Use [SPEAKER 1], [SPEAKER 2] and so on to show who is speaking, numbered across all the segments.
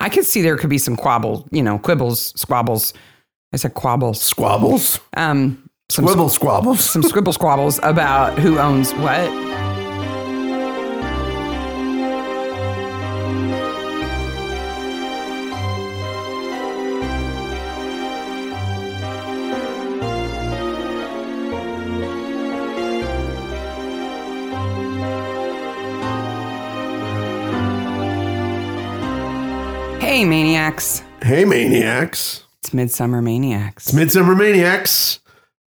[SPEAKER 1] I could see there could be some quabbles, you know, quibbles, squabbles. I said quabbles.
[SPEAKER 2] Squabbles.
[SPEAKER 1] Um, some
[SPEAKER 2] Squibble squabbles.
[SPEAKER 1] some scribble squabbles about who owns what. Hey, maniacs.
[SPEAKER 2] Hey, Maniacs.
[SPEAKER 1] It's Midsummer Maniacs.
[SPEAKER 2] Midsummer Maniacs,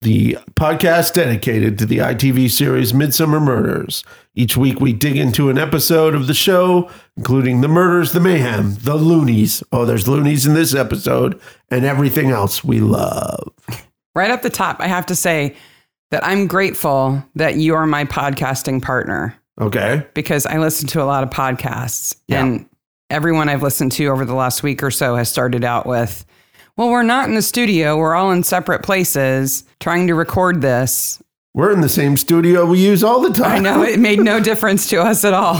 [SPEAKER 2] the podcast dedicated to the ITV series Midsummer Murders. Each week we dig into an episode of the show, including the murders, the mayhem, the loonies. Oh, there's loonies in this episode, and everything else we love.
[SPEAKER 1] right up the top, I have to say that I'm grateful that you are my podcasting partner
[SPEAKER 2] Okay.
[SPEAKER 1] because I listen to a lot of podcasts
[SPEAKER 2] Yeah.
[SPEAKER 1] and everyone I've listened to over the last week or so has started out with, well, we're not in the studio. We're all in separate places trying to record this.
[SPEAKER 2] We're in the same studio we use all the
[SPEAKER 1] I
[SPEAKER 2] time,
[SPEAKER 1] know it made no difference to us at all.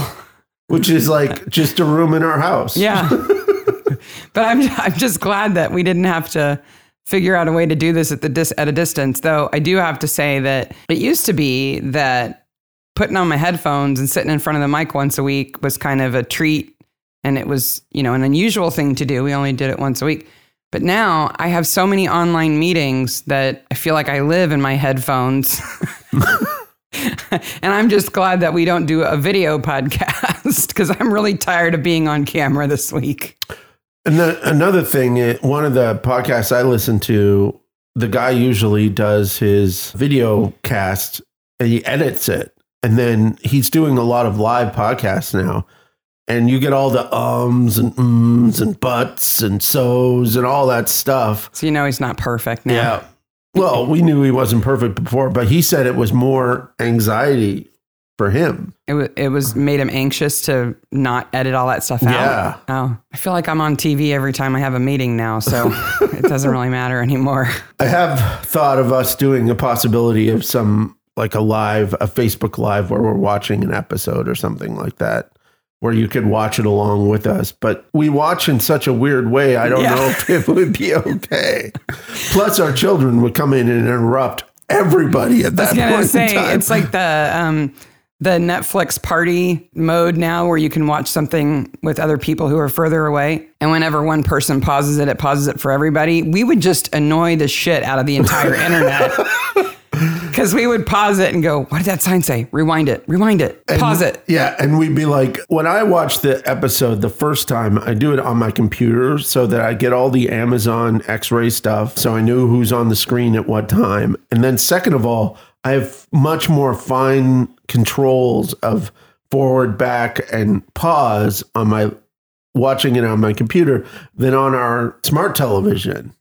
[SPEAKER 2] which is like just a room in our house.
[SPEAKER 1] Yeah. but I'm, I'm just glad that we didn't have to figure out a way to do this at the dis- at a distance. Though I do have to say that it used to be that putting on my headphones and sitting in front of the mic once a week was kind of a treat and it was, you know, an unusual thing to do. We only did it once a week. But now I have so many online meetings that I feel like I live in my headphones. and I'm just glad that we don't do a video podcast because I'm really tired of being on camera this week.
[SPEAKER 2] And then another thing, it- one of the podcasts I listen to, the guy usually does his video cast and he edits it. And then he's doing a lot of live podcasts now. And you get all the ums and ums and buts and so's and all that stuff.
[SPEAKER 1] So you know he's not perfect now.
[SPEAKER 2] Yeah. Well, we knew he wasn't perfect before, but he said it was more anxiety for him.
[SPEAKER 1] It, wa it was made him anxious to not edit all that stuff out.
[SPEAKER 2] Yeah.
[SPEAKER 1] Oh, I feel like I'm on TV every time I have a meeting now, so it doesn't really matter anymore.
[SPEAKER 2] I have thought of us doing a possibility of some like a live, a Facebook live where we're watching an episode or something like that, where you could watch it along with us. But we watch in such a weird way. I don't
[SPEAKER 1] Yeah.
[SPEAKER 2] know if it would be okay. Plus, our children would come in and interrupt everybody at
[SPEAKER 1] I
[SPEAKER 2] that
[SPEAKER 1] was
[SPEAKER 2] point
[SPEAKER 1] gonna
[SPEAKER 2] in
[SPEAKER 1] say
[SPEAKER 2] time.
[SPEAKER 1] it's like the um, the Netflix party mode now, where you can watch something with other people who are further away, and whenever one person pauses it, it pauses it for everybody. We would just annoy the shit out of the entire internet. Because we would pause it and go, what did that sign say? Rewind it, rewind it, pause it.
[SPEAKER 2] Yeah, and we'd be like, when I watch the episode the first time, I do it on my computer so that I get all the Amazon X-ray stuff, so I knew who's on the screen at what time. And then second of all, I have much more fine controls of forward, back, and pause on my watching it on my computer than on our smart television.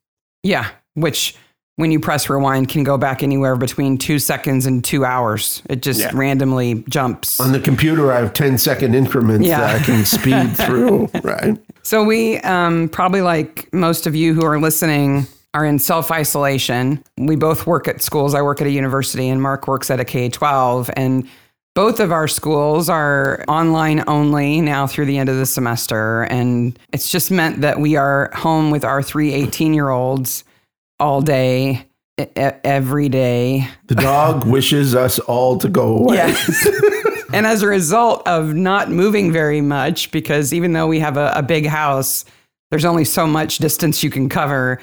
[SPEAKER 1] Yeah, which when you press rewind can go back anywhere between two seconds and two hours. It just
[SPEAKER 2] Yeah.
[SPEAKER 1] randomly jumps.
[SPEAKER 2] On the computer, I have 10 second increments
[SPEAKER 1] Yeah.
[SPEAKER 2] that I can speed through, right?
[SPEAKER 1] So we um, probably like most of you who are listening are in self isolation. We both work at schools. I work at a university, and Mark works at a K twelve, and both of our schools are online only now through the end of the semester. And it's just meant that we are home with our three 18 year olds all day, e- e- every day.
[SPEAKER 2] The dog wishes us all to go away.
[SPEAKER 1] Yes. and as a result of not moving very much, because even though we have a, a big house, there's only so much distance you can cover.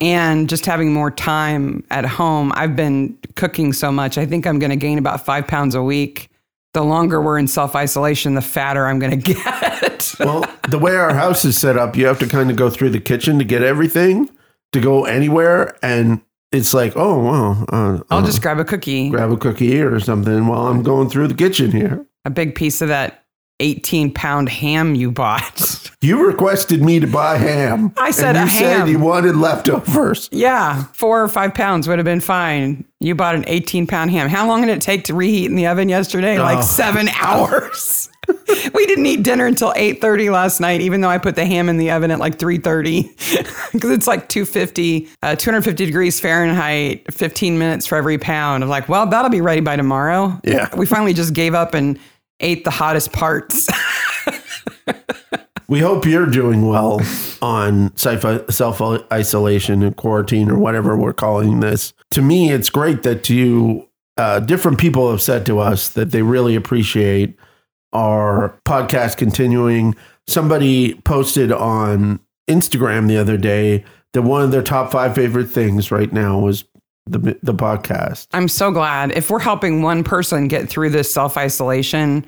[SPEAKER 1] And just having more time at home, I've been cooking so much. I think I'm going to gain about five pounds a week. The longer we're in self isolation, the fatter I'm going to get.
[SPEAKER 2] well, the way our house is set up, you have to kind of go through the kitchen to get everything to go anywhere, and it's like, oh wow, uh,
[SPEAKER 1] I'll
[SPEAKER 2] uh,
[SPEAKER 1] just grab a cookie,
[SPEAKER 2] grab a cookie here or something while I'm going through the kitchen here.
[SPEAKER 1] a big piece of that 18 pound ham you bought.
[SPEAKER 2] You requested me to buy ham.
[SPEAKER 1] I said
[SPEAKER 2] and you
[SPEAKER 1] a ham.
[SPEAKER 2] said you wanted leftovers.
[SPEAKER 1] Yeah, four or five pounds would have been fine. You bought an 18 pound ham. How long did it take to reheat in the oven yesterday?
[SPEAKER 2] Oh.
[SPEAKER 1] Like seven hours. we didn't eat dinner until 8.30 last night, even though I put the ham in the oven at like 3.30 because it's like 250, uh, 250 degrees Fahrenheit, 15 minutes for every pound. I'm like, well, that'll be ready by tomorrow.
[SPEAKER 2] Yeah.
[SPEAKER 1] We finally just gave up and ate the hottest parts.
[SPEAKER 2] We hope you're doing well on self isolation and quarantine or whatever we're calling this. To me, it's great that you, uh, different people have said to us that they really appreciate our podcast continuing. Somebody posted on Instagram the other day that one of their top five favorite things right now was the the podcast.
[SPEAKER 1] I'm so glad if we're helping one person get through this self isolation.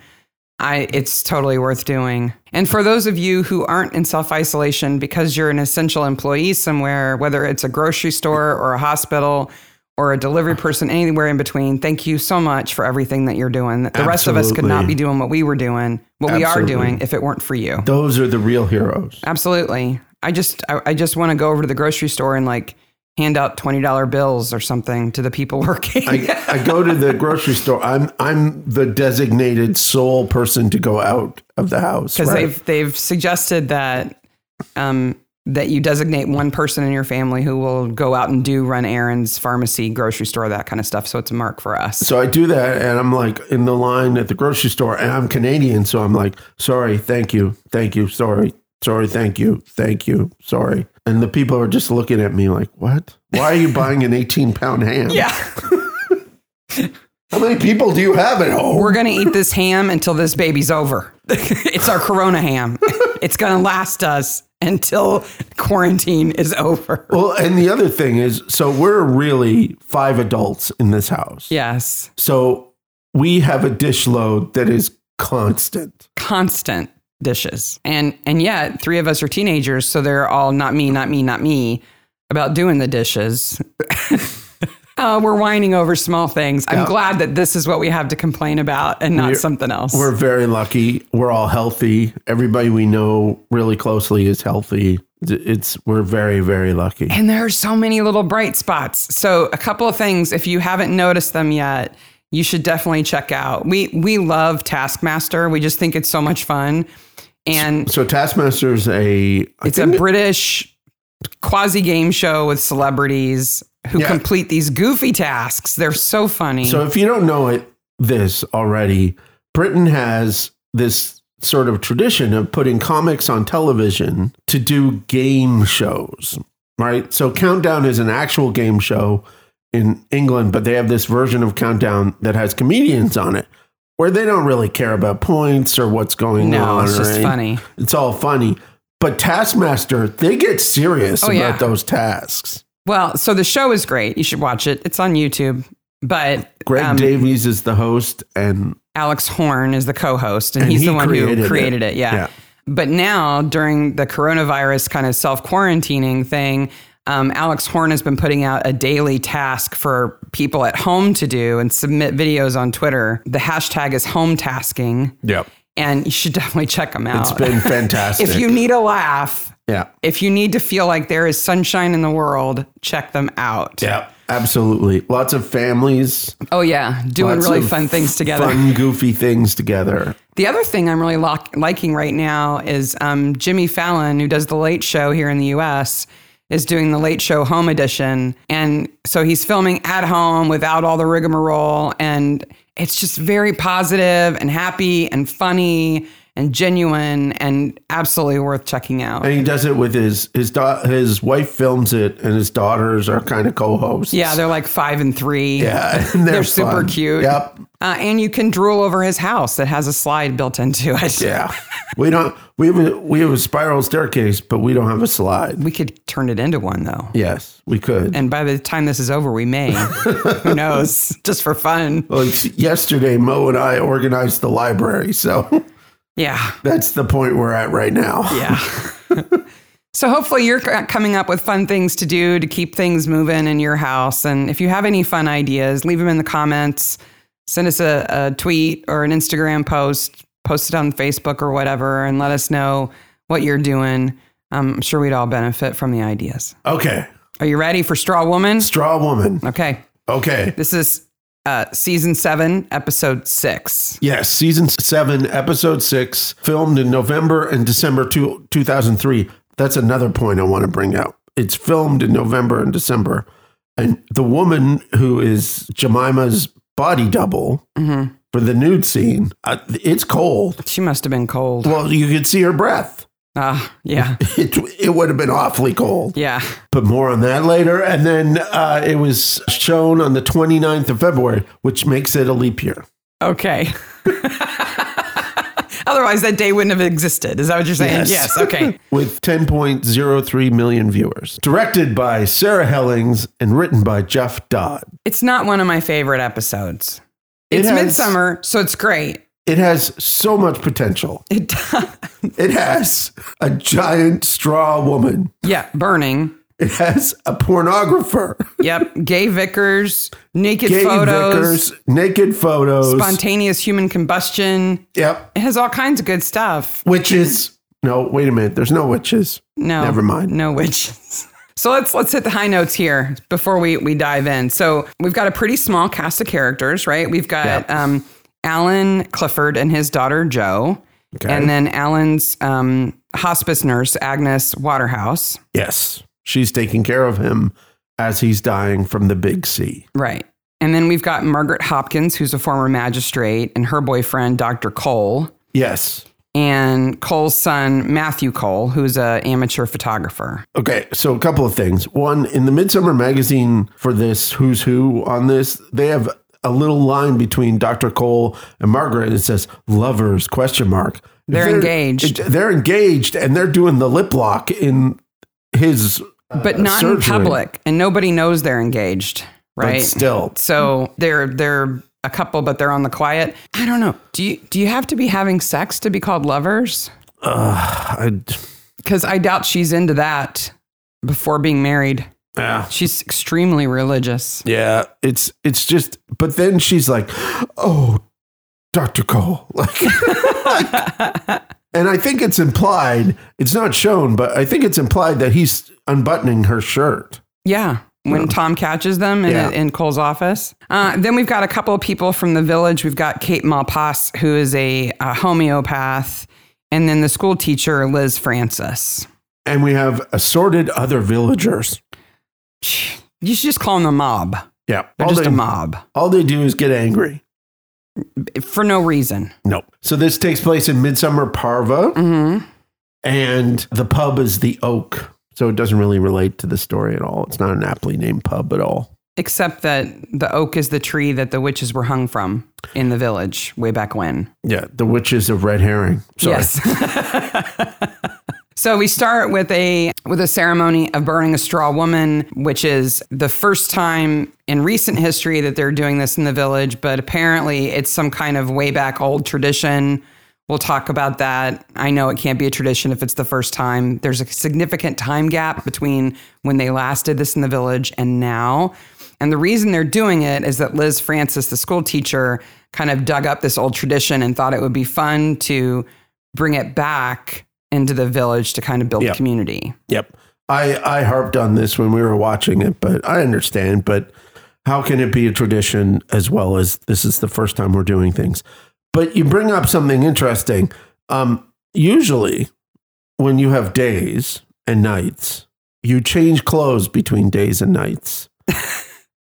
[SPEAKER 1] I it's totally worth doing. And for those of you who aren't in self isolation because you're an essential employee somewhere, whether it's a grocery store or a hospital or a delivery person, anywhere in between, thank you so much for everything that you're doing. The rest of us could not be doing what we were doing, what we are
[SPEAKER 2] Absolutely.
[SPEAKER 1] doing, if it weren't for you.
[SPEAKER 2] Those are the real heroes.
[SPEAKER 1] Absolutely. I just I, I just want to go over to the grocery store and like hand out twenty dollar bills or something to the people working.
[SPEAKER 2] I, I go to the grocery store. I'm I'm the designated sole person to go out of the house.
[SPEAKER 1] because
[SPEAKER 2] right?
[SPEAKER 1] they've they've suggested that um, that you designate one person in your family who will go out and do run errands, pharmacy, grocery store, that kind of stuff. So it's a mark for us.
[SPEAKER 2] So I do that, and I'm like in the line at the grocery store, and I'm Canadian, so I'm like, sorry, thank you, thank you, sorry, sorry, thank you, thank you, sorry. And the people are just looking at me like, what? Why are you buying an 18 pound ham?
[SPEAKER 1] Yeah,
[SPEAKER 2] How many people do you have at home?
[SPEAKER 1] we're gonna eat this ham until this baby's over. it's our Corona ham. it's gonna last us until quarantine is over.
[SPEAKER 2] Well, and the other thing is, so we're really five adults in this house.
[SPEAKER 1] Yes,
[SPEAKER 2] So we have a dish load that is constant.
[SPEAKER 1] constant dishes, and and yet three of us are teenagers, so they're all not me, not me, not me about doing the dishes. Uh, we're whining over small things. I'm glad that this is what we have to complain about and not something else.
[SPEAKER 2] We're very lucky. We're all healthy. Everybody we know really closely is healthy. It's we're very very lucky.
[SPEAKER 1] and there are so many little bright spots. So, a couple of things, if you haven't noticed them yet, you should definitely check out. We we love Taskmaster. We just think it's so much fun, and
[SPEAKER 2] So Taskmaster is a I
[SPEAKER 1] it's a
[SPEAKER 2] think-
[SPEAKER 1] British quasi game show with celebrities who
[SPEAKER 2] Yeah.
[SPEAKER 1] complete these goofy tasks. They're so funny.
[SPEAKER 2] so if you don't know it this already, Britain has this sort of tradition of putting comics on television to do game shows, right? So Countdown is an actual game show in England, but they have this version of Countdown that has comedians on it. Where they don't really care about points or what's going
[SPEAKER 1] no,
[SPEAKER 2] on.
[SPEAKER 1] it's
[SPEAKER 2] or
[SPEAKER 1] just
[SPEAKER 2] any-
[SPEAKER 1] funny.
[SPEAKER 2] It's all funny. But Taskmaster, they get serious
[SPEAKER 1] Oh,
[SPEAKER 2] about
[SPEAKER 1] yeah.
[SPEAKER 2] those tasks.
[SPEAKER 1] Well, so the show is great. You should watch it. It's on YouTube. But
[SPEAKER 2] Greg
[SPEAKER 1] um,
[SPEAKER 2] Davies is the host, and
[SPEAKER 1] Alex Horn is the co-host, and,
[SPEAKER 2] And
[SPEAKER 1] he's
[SPEAKER 2] he
[SPEAKER 1] the one
[SPEAKER 2] created
[SPEAKER 1] who created it.
[SPEAKER 2] it.
[SPEAKER 1] Yeah.
[SPEAKER 2] Yeah.
[SPEAKER 1] But now, during the coronavirus kind of self-quarantining thing, um, Alex Horn has been putting out a daily task for people at home to do and submit videos on Twitter. The hashtag is home tasking,
[SPEAKER 2] yeah,
[SPEAKER 1] and you should definitely check them out.
[SPEAKER 2] it's been fantastic.
[SPEAKER 1] if you need a laugh,
[SPEAKER 2] yeah,
[SPEAKER 1] if you need to feel like there is sunshine in the world, check them out.
[SPEAKER 2] yeah, absolutely. Lots of families
[SPEAKER 1] Oh yeah, doing
[SPEAKER 2] lots
[SPEAKER 1] really
[SPEAKER 2] of
[SPEAKER 1] fun things together.
[SPEAKER 2] fun, goofy things together.
[SPEAKER 1] The other thing I'm really lock- liking right now is um, Jimmy Fallon, who does The Late Show here in the US, is doing The Late Show Home Edition. And so he's filming at home without all the rigmarole. And it's just very positive and happy and funny and genuine and absolutely worth checking out.
[SPEAKER 2] And he does it with his his da- his wife films it, and his daughters are kind of co-hosts.
[SPEAKER 1] Yeah, they're like five and three.
[SPEAKER 2] yeah, and
[SPEAKER 1] They're super
[SPEAKER 2] fun.
[SPEAKER 1] cute.
[SPEAKER 2] Yep,
[SPEAKER 1] Uh, and you can drool over his house that has a slide built into it.
[SPEAKER 2] yeah. we don't we have a, we have a spiral staircase, but we don't have a slide.
[SPEAKER 1] We could turn it into one though.
[SPEAKER 2] Yes, we could.
[SPEAKER 1] And by the time this is over, we may. Who knows? Just for fun.
[SPEAKER 2] Well, it's yesterday, Mo and I organized the library, so
[SPEAKER 1] Yeah.
[SPEAKER 2] that's the point we're at right now.
[SPEAKER 1] Yeah. so hopefully you're c- coming up with fun things to do to keep things moving in your house. And if you have any fun ideas, leave them in the comments. Send us a, a tweet or an Instagram post, post it on Facebook or whatever, and let us know what you're doing. Um, I'm sure we'd all benefit from the ideas.
[SPEAKER 2] Okay,
[SPEAKER 1] Are you ready for Straw Woman?
[SPEAKER 2] straw woman.
[SPEAKER 1] Okay.
[SPEAKER 2] Okay.
[SPEAKER 1] This is uh, season seven, episode six.
[SPEAKER 2] Yes, season seven, episode six, filmed in November and December two, 2003. That's another point I want to bring out. It's filmed in November and December. And the woman who is Jemima's body double for the nude scene, uh, it's cold.
[SPEAKER 1] She must have been cold.
[SPEAKER 2] Well, you could see her breath.
[SPEAKER 1] Uh, yeah.
[SPEAKER 2] It, it would have been awfully cold.
[SPEAKER 1] Yeah.
[SPEAKER 2] But more on that later. And then uh, it was shown on the 29th of February, which makes it a leap year.
[SPEAKER 1] Okay. Otherwise, that day wouldn't have existed. Is that what you're saying? Yes. Okay.
[SPEAKER 2] With 10.03 million viewers. Directed by Sarah Hellings and written by Jeff Dodd.
[SPEAKER 1] It's not one of my favorite episodes.
[SPEAKER 2] It
[SPEAKER 1] It's
[SPEAKER 2] has-
[SPEAKER 1] midsummer, so it's great.
[SPEAKER 2] It has so much potential.
[SPEAKER 1] It does.
[SPEAKER 2] It has a giant straw woman.
[SPEAKER 1] yeah, burning.
[SPEAKER 2] It has a pornographer.
[SPEAKER 1] Yep. Gay vicars, naked
[SPEAKER 2] Gay
[SPEAKER 1] photos,
[SPEAKER 2] Vickers, naked photos.
[SPEAKER 1] spontaneous human combustion.
[SPEAKER 2] yep.
[SPEAKER 1] It has all kinds of good stuff.
[SPEAKER 2] Witches. No, wait a minute. There's no witches.
[SPEAKER 1] No.
[SPEAKER 2] Never mind.
[SPEAKER 1] No witches. So let's let's hit the high notes here before we we dive in. So we've got a pretty small cast of characters, right? We've got um, Alan Clifford and his daughter Joe,
[SPEAKER 2] Okay.
[SPEAKER 1] and then Alan's um, hospice nurse Agnes Waterhouse,
[SPEAKER 2] Yes. She's taking care of him as he's dying from the big C.
[SPEAKER 1] right? And then we've got Margaret Hopkins, who's a former magistrate, and her boyfriend Dr. Cole,
[SPEAKER 2] Yes.
[SPEAKER 1] and Cole's son Matthew Cole, who's a amateur photographer.
[SPEAKER 2] Okay, so a couple of things. One, in the Midsummer magazine for this Who's Who on this, they have a little line between Dr. Cole and Margaret. It says lovers question mark. If
[SPEAKER 1] They're engaged.
[SPEAKER 2] it- They're engaged and they're doing the lip lock in his uh,
[SPEAKER 1] but not
[SPEAKER 2] surgery.
[SPEAKER 1] in public and nobody knows they're engaged
[SPEAKER 2] but
[SPEAKER 1] right
[SPEAKER 2] still.
[SPEAKER 1] so they're they're a couple but they're on the quiet i don't know do you do you have to be having sex to be called lovers
[SPEAKER 2] I,
[SPEAKER 1] because i doubt she's into that before being married
[SPEAKER 2] yeah.
[SPEAKER 1] she's extremely religious
[SPEAKER 2] Yeah, it's it's just but then she's like, "Oh, Dr. Cole." Like, And I think it's implied, it's not shown, but I think it's implied that he's unbuttoning her shirt.
[SPEAKER 1] yeah when Tom catches them in,
[SPEAKER 2] Yeah.
[SPEAKER 1] in Cole's office. Uh, then we've got a couple of people from the village. We've got Kate Malpass, who is a, a homeopath, and then the school teacher, Liz Francis.
[SPEAKER 2] And we have assorted other villagers.
[SPEAKER 1] You should just call them a mob.
[SPEAKER 2] Yeah.
[SPEAKER 1] They're
[SPEAKER 2] all
[SPEAKER 1] just
[SPEAKER 2] they,
[SPEAKER 1] a mob
[SPEAKER 2] All they do is get angry.
[SPEAKER 1] for no reason.
[SPEAKER 2] Nope. So this takes place in Midsummer Parva,
[SPEAKER 1] Mm-hmm.
[SPEAKER 2] and the pub is the Oak. So it doesn't really relate to the story at all. It's not an aptly named pub at all.
[SPEAKER 1] Except that the oak is the tree that the witches were hung from in the village way back when.
[SPEAKER 2] Yeah. The Witches of Red Herring. Sorry.
[SPEAKER 1] Yes. so we start with a with a ceremony of burning a straw woman, which is the first time in recent history that they're doing this in the village, but apparently it's some kind of way back old tradition. We'll talk about that. I know it can't be a tradition if it's the first time. There's a significant time gap between when they last did this in the village and now. And the reason they're doing it is that Liz Francis, the school teacher, kind of dug up this old tradition and thought it would be fun to bring it back into the village to kind of build
[SPEAKER 2] Yeah.
[SPEAKER 1] community.
[SPEAKER 2] Yep. I, I harped on this when we were watching it, but I understand. But how can it be a tradition as well as this is the first time we're doing things? But you bring up something interesting. Um, usually, when you have days and nights, you change clothes between days and nights,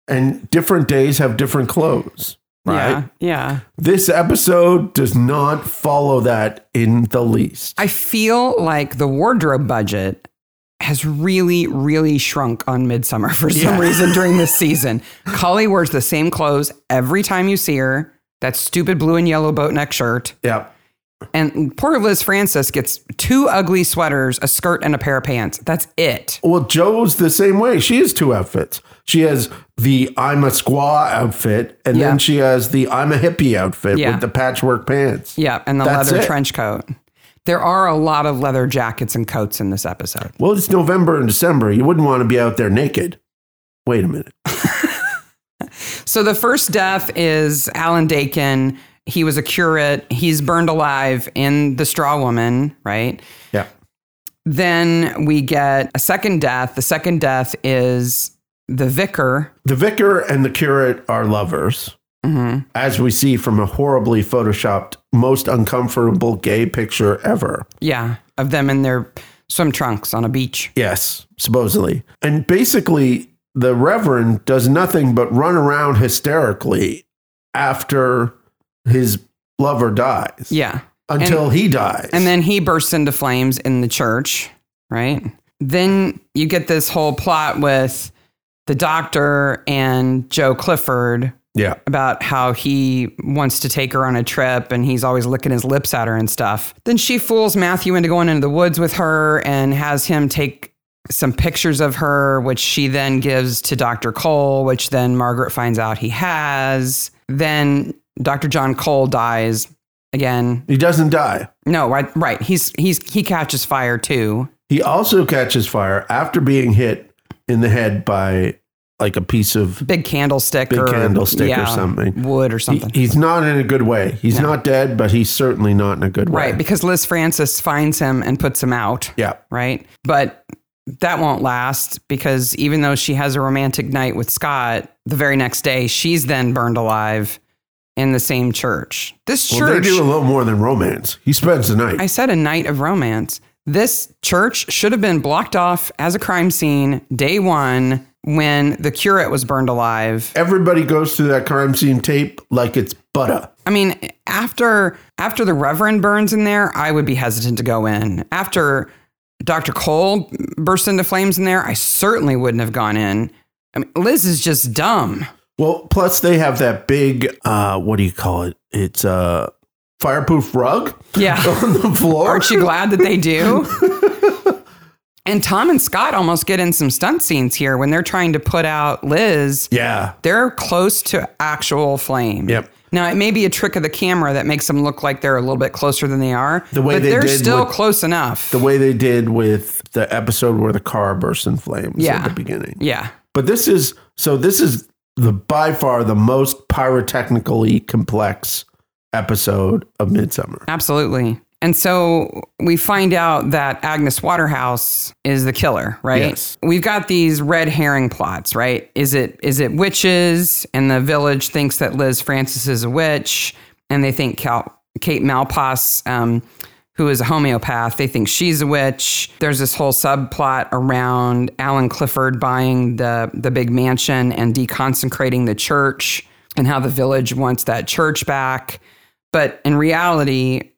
[SPEAKER 2] and different days have different clothes, right?
[SPEAKER 1] Yeah. Yeah.
[SPEAKER 2] This episode does not follow that in the least.
[SPEAKER 1] I feel like the wardrobe budget has really, really shrunk on Midsummer for some
[SPEAKER 2] Yeah.
[SPEAKER 1] reason during this season. Collie wears the same clothes every time you see her. That stupid blue and yellow boat neck shirt.
[SPEAKER 2] Yep.
[SPEAKER 1] And poor Liz Francis gets two ugly sweaters, a skirt, and a pair of pants. That's it.
[SPEAKER 2] Well, Joe's the same way. She has two outfits. She has the I'm a squaw outfit, and
[SPEAKER 1] Yeah.
[SPEAKER 2] then she has the I'm a hippie outfit
[SPEAKER 1] Yeah.
[SPEAKER 2] with the patchwork pants.
[SPEAKER 1] Yeah, and the
[SPEAKER 2] That's
[SPEAKER 1] leather
[SPEAKER 2] it.
[SPEAKER 1] trench coat. There are a lot of leather jackets and coats in this episode.
[SPEAKER 2] Well, it's November and December. You wouldn't want to be out there naked. Wait a minute.
[SPEAKER 1] So the first death is Alan Dakin. He was a curate. He's burned alive in The Straw Woman, right?
[SPEAKER 2] Yeah.
[SPEAKER 1] Then we get a second death. The second death is the vicar.
[SPEAKER 2] The vicar and the curate are lovers,
[SPEAKER 1] Mhm.
[SPEAKER 2] as we see from a horribly photoshopped, most uncomfortable gay picture ever.
[SPEAKER 1] Yeah, of them in their swim trunks on a beach.
[SPEAKER 2] Yes, supposedly. And basically, the Reverend does nothing but run around hysterically after his lover dies.
[SPEAKER 1] Yeah.
[SPEAKER 2] until he dies.
[SPEAKER 1] And then he bursts into flames in the church, right? Then you get this whole plot with the doctor and Joe Clifford
[SPEAKER 2] yeah,
[SPEAKER 1] about how he wants to take her on a trip and he's always licking his lips at her and stuff. Then she fools Matthew into going into the woods with her and has him take some pictures of her, which she then gives to Dr. Cole, which then Margaret finds out he has. Then Dr. John Cole dies again.
[SPEAKER 2] he doesn't die.
[SPEAKER 1] No, right, right. He's he's he catches fire too.
[SPEAKER 2] He also catches fire after being hit in the head by like a piece of
[SPEAKER 1] Big candlestick
[SPEAKER 2] Big
[SPEAKER 1] or
[SPEAKER 2] candlestick or something.
[SPEAKER 1] Wood or something.
[SPEAKER 2] He- he's not in a good way. He's not dead, but he's certainly not in a good way.
[SPEAKER 1] right, because Liz Francis finds him and puts him out.
[SPEAKER 2] Yeah.
[SPEAKER 1] right? But that won't last because even though she has a romantic night with Scott, the very next day she's then burned alive in the same church. This
[SPEAKER 2] Well, they
[SPEAKER 1] church,
[SPEAKER 2] do a little more than romance. He spends the night.
[SPEAKER 1] I said a night of romance. This church should have been blocked off as a crime scene day one when the curate was burned alive.
[SPEAKER 2] Everybody goes through that crime scene tape like it's butter.
[SPEAKER 1] I mean, after after the Reverend burns in there, I would be hesitant to go in. After Dr. Cole bursts into flames in there, I certainly wouldn't have gone in. I mean, Liz is just dumb.
[SPEAKER 2] Well, plus they have that big, uh, what do you call it? It's a fireproof rug
[SPEAKER 1] Yeah.
[SPEAKER 2] on the floor.
[SPEAKER 1] Aren't you glad that they do? and Tom and Scott almost get in some stunt scenes here when they're trying to put out Liz.
[SPEAKER 2] Yeah.
[SPEAKER 1] They're close to actual flame.
[SPEAKER 2] Yep.
[SPEAKER 1] Now it may be a trick of the camera that makes them look like they're a little bit closer than they are.
[SPEAKER 2] The way
[SPEAKER 1] but
[SPEAKER 2] they
[SPEAKER 1] are
[SPEAKER 2] did
[SPEAKER 1] still
[SPEAKER 2] with-
[SPEAKER 1] close enough.
[SPEAKER 2] The way they did with the episode where the car bursts in flames
[SPEAKER 1] Yeah.
[SPEAKER 2] at the beginning.
[SPEAKER 1] yeah.
[SPEAKER 2] But this is so this is the by far the most pyrotechnically complex episode of Midsummer.
[SPEAKER 1] Absolutely. And so we find out that Agnes Waterhouse is the killer, right?
[SPEAKER 2] Yes.
[SPEAKER 1] We've got these red herring plots, right? Is it is it witches and the village thinks that Liz Francis is a witch and they think Cal- Kate Malpas um, who is a homeopath, they think she's a witch. There's this whole subplot around Alan Clifford buying the the big mansion and deconsecrating the church and how the village wants that church back. But in reality,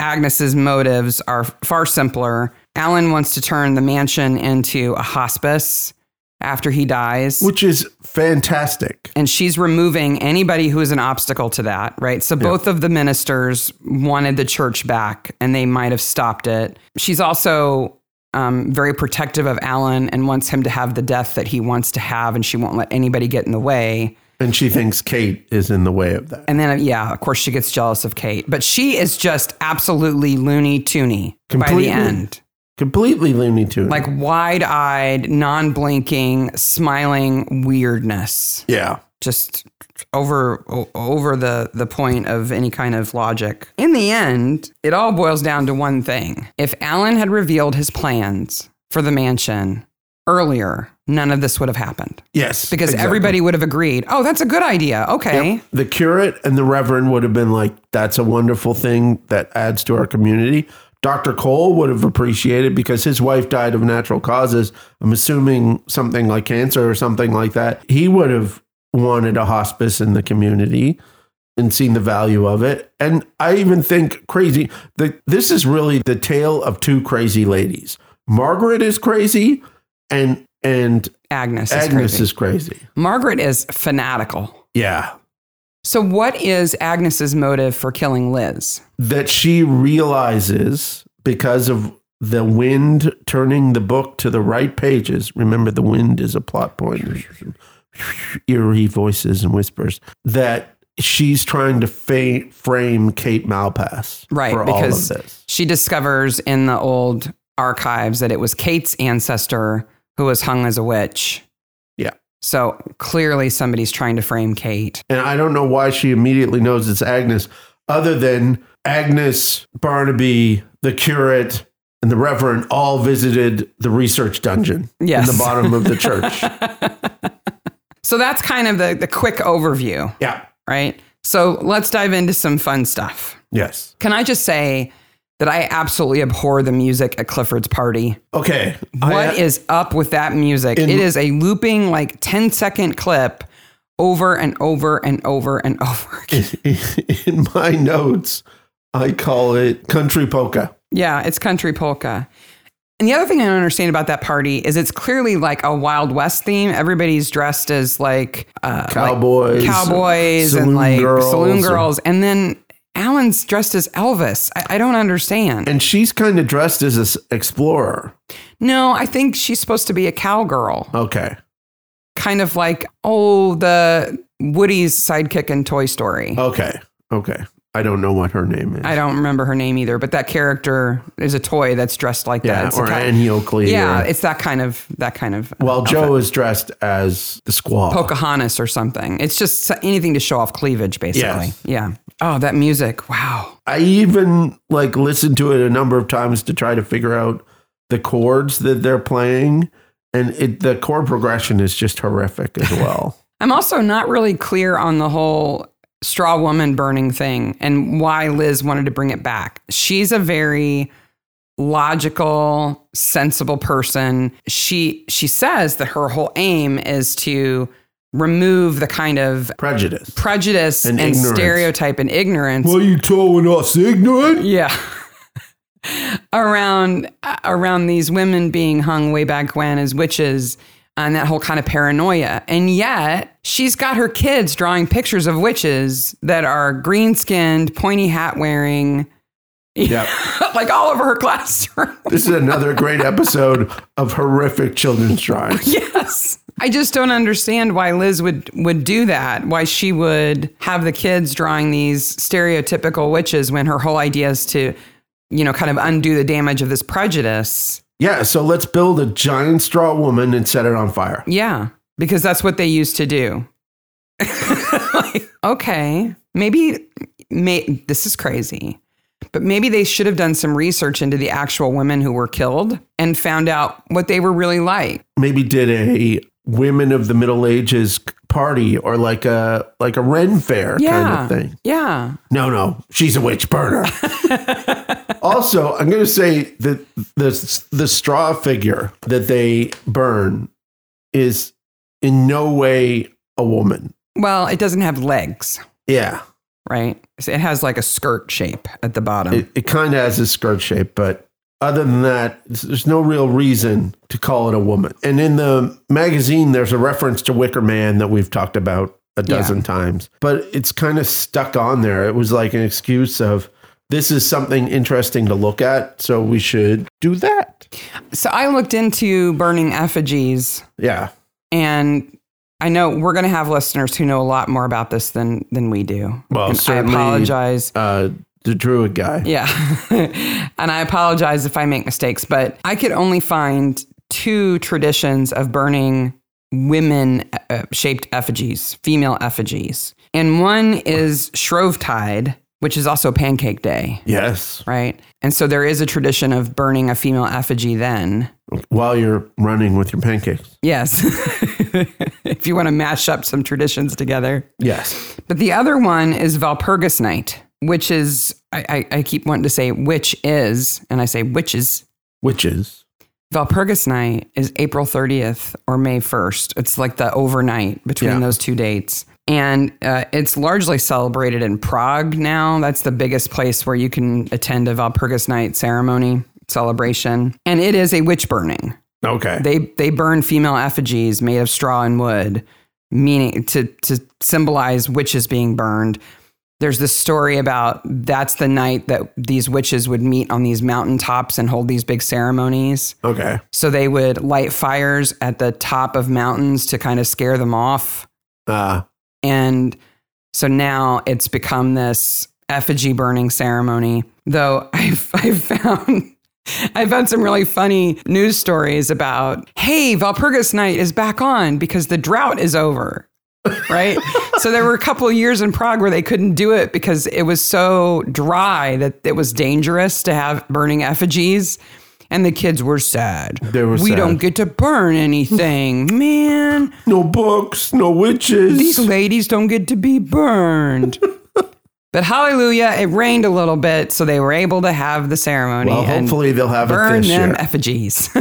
[SPEAKER 1] Agnes's motives are far simpler. Alan wants to turn the mansion into a hospice after he dies.
[SPEAKER 2] Which is fantastic.
[SPEAKER 1] and she's removing anybody who is an obstacle to that, right? So both of the ministers wanted the church back and they might have stopped it. She's also um, very protective of Alan and wants him to have the death that he wants to have, and she won't let anybody get in the way.
[SPEAKER 2] And she thinks Kate is in the way of that.
[SPEAKER 1] And then, uh, yeah, of course, she gets jealous of Kate, but she is just absolutely loony toony by
[SPEAKER 2] Completely.
[SPEAKER 1] the end.
[SPEAKER 2] Completely Looney Tunes.
[SPEAKER 1] Like wide eyed, non blinking, smiling weirdness,
[SPEAKER 2] yeah.
[SPEAKER 1] just over o- over the, the point of any kind of logic. In the end, it all boils down to one thing. If Alan had revealed his plans for the mansion earlier, none of this would have happened
[SPEAKER 2] Yes.
[SPEAKER 1] because
[SPEAKER 2] exactly.
[SPEAKER 1] everybody would have agreed, oh, that's a good idea. Okay.
[SPEAKER 2] the curate and the reverend would have been like, that's a wonderful thing that adds to our community. Dr. Cole would have appreciated because his wife died of natural causes. I'm assuming something like cancer or something like that. He would have wanted a hospice in the community and seen the value of it. And I even think crazy that this is really the tale of two crazy ladies. Margaret is crazy and and
[SPEAKER 1] Agnes, is
[SPEAKER 2] Agnes
[SPEAKER 1] crazy.
[SPEAKER 2] is crazy.
[SPEAKER 1] Margaret is fanatical.
[SPEAKER 2] Yeah.
[SPEAKER 1] So, what is Agnes's motive for killing Liz?
[SPEAKER 2] that she realizes because of the wind turning the book to the right pages. Remember, the wind is a plot point. Eerie voices and whispers that she's trying to fa- frame Kate Malpass
[SPEAKER 1] Right,
[SPEAKER 2] for
[SPEAKER 1] because
[SPEAKER 2] all of this.
[SPEAKER 1] she discovers in the old archives that it was Kate's ancestor who was hung as a witch.
[SPEAKER 2] Yeah.
[SPEAKER 1] So clearly, somebody's trying to frame Kate.
[SPEAKER 2] And I don't know why she immediately knows it's Agnes, other than Agnes, Barnaby, the curate, and the reverend all visited the research dungeon
[SPEAKER 1] Yes.
[SPEAKER 2] in the bottom of the church.
[SPEAKER 1] So that's kind of the, the quick overview,
[SPEAKER 2] yeah.
[SPEAKER 1] right? So let's dive into some fun stuff.
[SPEAKER 2] Yes.
[SPEAKER 1] Can I just say that I absolutely abhor the music at Clifford's party?
[SPEAKER 2] Okay.
[SPEAKER 1] What is
[SPEAKER 2] uh,
[SPEAKER 1] up with that music? it is a looping like 10 second clip over and over and over and over again.
[SPEAKER 2] in my notes, I call it country polka.
[SPEAKER 1] Yeah, it's country polka. And the other thing I don't understand about that party is it's clearly like a Wild West theme. Everybody's dressed as like uh, like
[SPEAKER 2] Cowboys,
[SPEAKER 1] cowboys, and
[SPEAKER 2] saloon
[SPEAKER 1] like
[SPEAKER 2] girls,
[SPEAKER 1] saloon
[SPEAKER 2] and-
[SPEAKER 1] girls, and then Alan's dressed as Elvis. I, I don't understand.
[SPEAKER 2] And she's kind of dressed as an explorer.
[SPEAKER 1] no, I think she's supposed to be a cowgirl,
[SPEAKER 2] Okay.
[SPEAKER 1] kind of like oh the Woody's sidekick in Toy Story.
[SPEAKER 2] Okay. Okay. I don't know what her name is.
[SPEAKER 1] I don't remember her name either, but that character is a toy that's dressed like that.
[SPEAKER 2] yeah.
[SPEAKER 1] It's a
[SPEAKER 2] Or
[SPEAKER 1] cow-
[SPEAKER 2] Annie Oakley.
[SPEAKER 1] yeah,
[SPEAKER 2] or-
[SPEAKER 1] it's that kind of that kind of.
[SPEAKER 2] well,
[SPEAKER 1] outfit.
[SPEAKER 2] Joe is dressed as the squaw.
[SPEAKER 1] Pocahontas or something. It's just anything to show off cleavage, basically.
[SPEAKER 2] Yes.
[SPEAKER 1] Yeah. Oh, that music. Wow.
[SPEAKER 2] I even like listened to it a number of times to try to figure out the chords that they're playing. And it, the chord progression is just horrific as well.
[SPEAKER 1] I'm also not really clear on the whole straw woman burning thing and why Liz wanted to bring it back. She's a very logical, sensible person. She she says that her whole aim is to remove the kind of
[SPEAKER 2] Prejudice.
[SPEAKER 1] prejudice and,
[SPEAKER 2] And ignorance.
[SPEAKER 1] stereotype and ignorance
[SPEAKER 2] What are you telling us, ignorant?
[SPEAKER 1] Yeah. around around these women being hung way back when as witches uh, and that whole kind of paranoia. And yet, she's got her kids drawing pictures of witches that are green-skinned, pointy hat wearing
[SPEAKER 2] Yep.
[SPEAKER 1] like all over her classroom.
[SPEAKER 2] This is another great episode of horrific children's drawings.
[SPEAKER 1] yes. I just don't understand why Liz would would do that. Why she would have the kids drawing these stereotypical witches when her whole idea is to, you know, kind of undo the damage of this prejudice.
[SPEAKER 2] Yeah, so let's build a giant straw woman and set it on fire.
[SPEAKER 1] Yeah, because that's what they used to do. Like, okay, maybe may, this is crazy, but maybe they should have done some research into the actual women who were killed and found out what they were really like.
[SPEAKER 2] Maybe did a women of the Middle Ages party or like a like a Ren fair
[SPEAKER 1] Yeah,
[SPEAKER 2] kind of thing.
[SPEAKER 1] yeah.
[SPEAKER 2] No, no, she's a witch burner. also, I'm going to say that the the straw figure that they burn is in no way a woman.
[SPEAKER 1] Well, it doesn't have legs,
[SPEAKER 2] Yeah,
[SPEAKER 1] right? So it has like a skirt shape at the bottom.
[SPEAKER 2] it, it kind of has a skirt shape, but other than that, there's- there's no real reason to call it a woman. And in the magazine, there's a reference to Wicker Man that we've talked about a
[SPEAKER 1] Yeah.
[SPEAKER 2] dozen times, but it's kind of stuck on there. It was like an excuse of this is something interesting to look at, so we should do that.
[SPEAKER 1] so I looked into burning effigies
[SPEAKER 2] Yeah.
[SPEAKER 1] and I know we're going to have listeners who know a lot more about this than than we do.
[SPEAKER 2] Well,
[SPEAKER 1] And I
[SPEAKER 2] certainly-
[SPEAKER 1] apologize.
[SPEAKER 2] Uh, the druid guy.
[SPEAKER 1] Yeah. and I apologize if I make mistakes, but I could only find two traditions of burning women uh, shaped effigies, female effigies. And one is Shrovetide, which is also Pancake Day,
[SPEAKER 2] Yes.
[SPEAKER 1] right? And so there is a tradition of burning a female effigy then.
[SPEAKER 2] While you're running with your pancakes.
[SPEAKER 1] Yes. if you want to mash up some traditions together.
[SPEAKER 2] Yes.
[SPEAKER 1] But the other one is Valpurgis Night, which is, I, I, I keep wanting to say which is, and I say which is.
[SPEAKER 2] Witches.
[SPEAKER 1] Valpurgis Night is April 30th or May 1st. It's like the overnight between
[SPEAKER 2] Yeah.
[SPEAKER 1] those two dates. And uh, it's largely celebrated in Prague now. That's the biggest place where you can attend a Valpurgis Night ceremony celebration. And it is a witch burning
[SPEAKER 2] Okay.
[SPEAKER 1] they they burn female effigies made of straw and wood, meaning to to symbolize witches being burned. There's this story about that's the night that these witches would meet on these mountaintops and hold these big ceremonies.
[SPEAKER 2] okay.
[SPEAKER 1] So they would light fires at the top of mountains to kind of scare them off.
[SPEAKER 2] Uh,
[SPEAKER 1] And so now it's become this effigy burning ceremony. Though I've, I've found. I found some really funny news stories about, hey, Valpurgis night is back on because the drought is over. Right. so there were a couple of years in Prague where they couldn't do it because it was so dry that it was dangerous to have burning effigies. And the kids were sad.
[SPEAKER 2] They were
[SPEAKER 1] we
[SPEAKER 2] sad.
[SPEAKER 1] don't get to burn anything, man
[SPEAKER 2] no books, no witches.
[SPEAKER 1] these ladies don't get to be burned. but hallelujah, it rained a little bit, so they were able to have the ceremony.
[SPEAKER 2] Well,
[SPEAKER 1] and
[SPEAKER 2] hopefully they'll have it
[SPEAKER 1] burn
[SPEAKER 2] this
[SPEAKER 1] them
[SPEAKER 2] year.
[SPEAKER 1] effigies.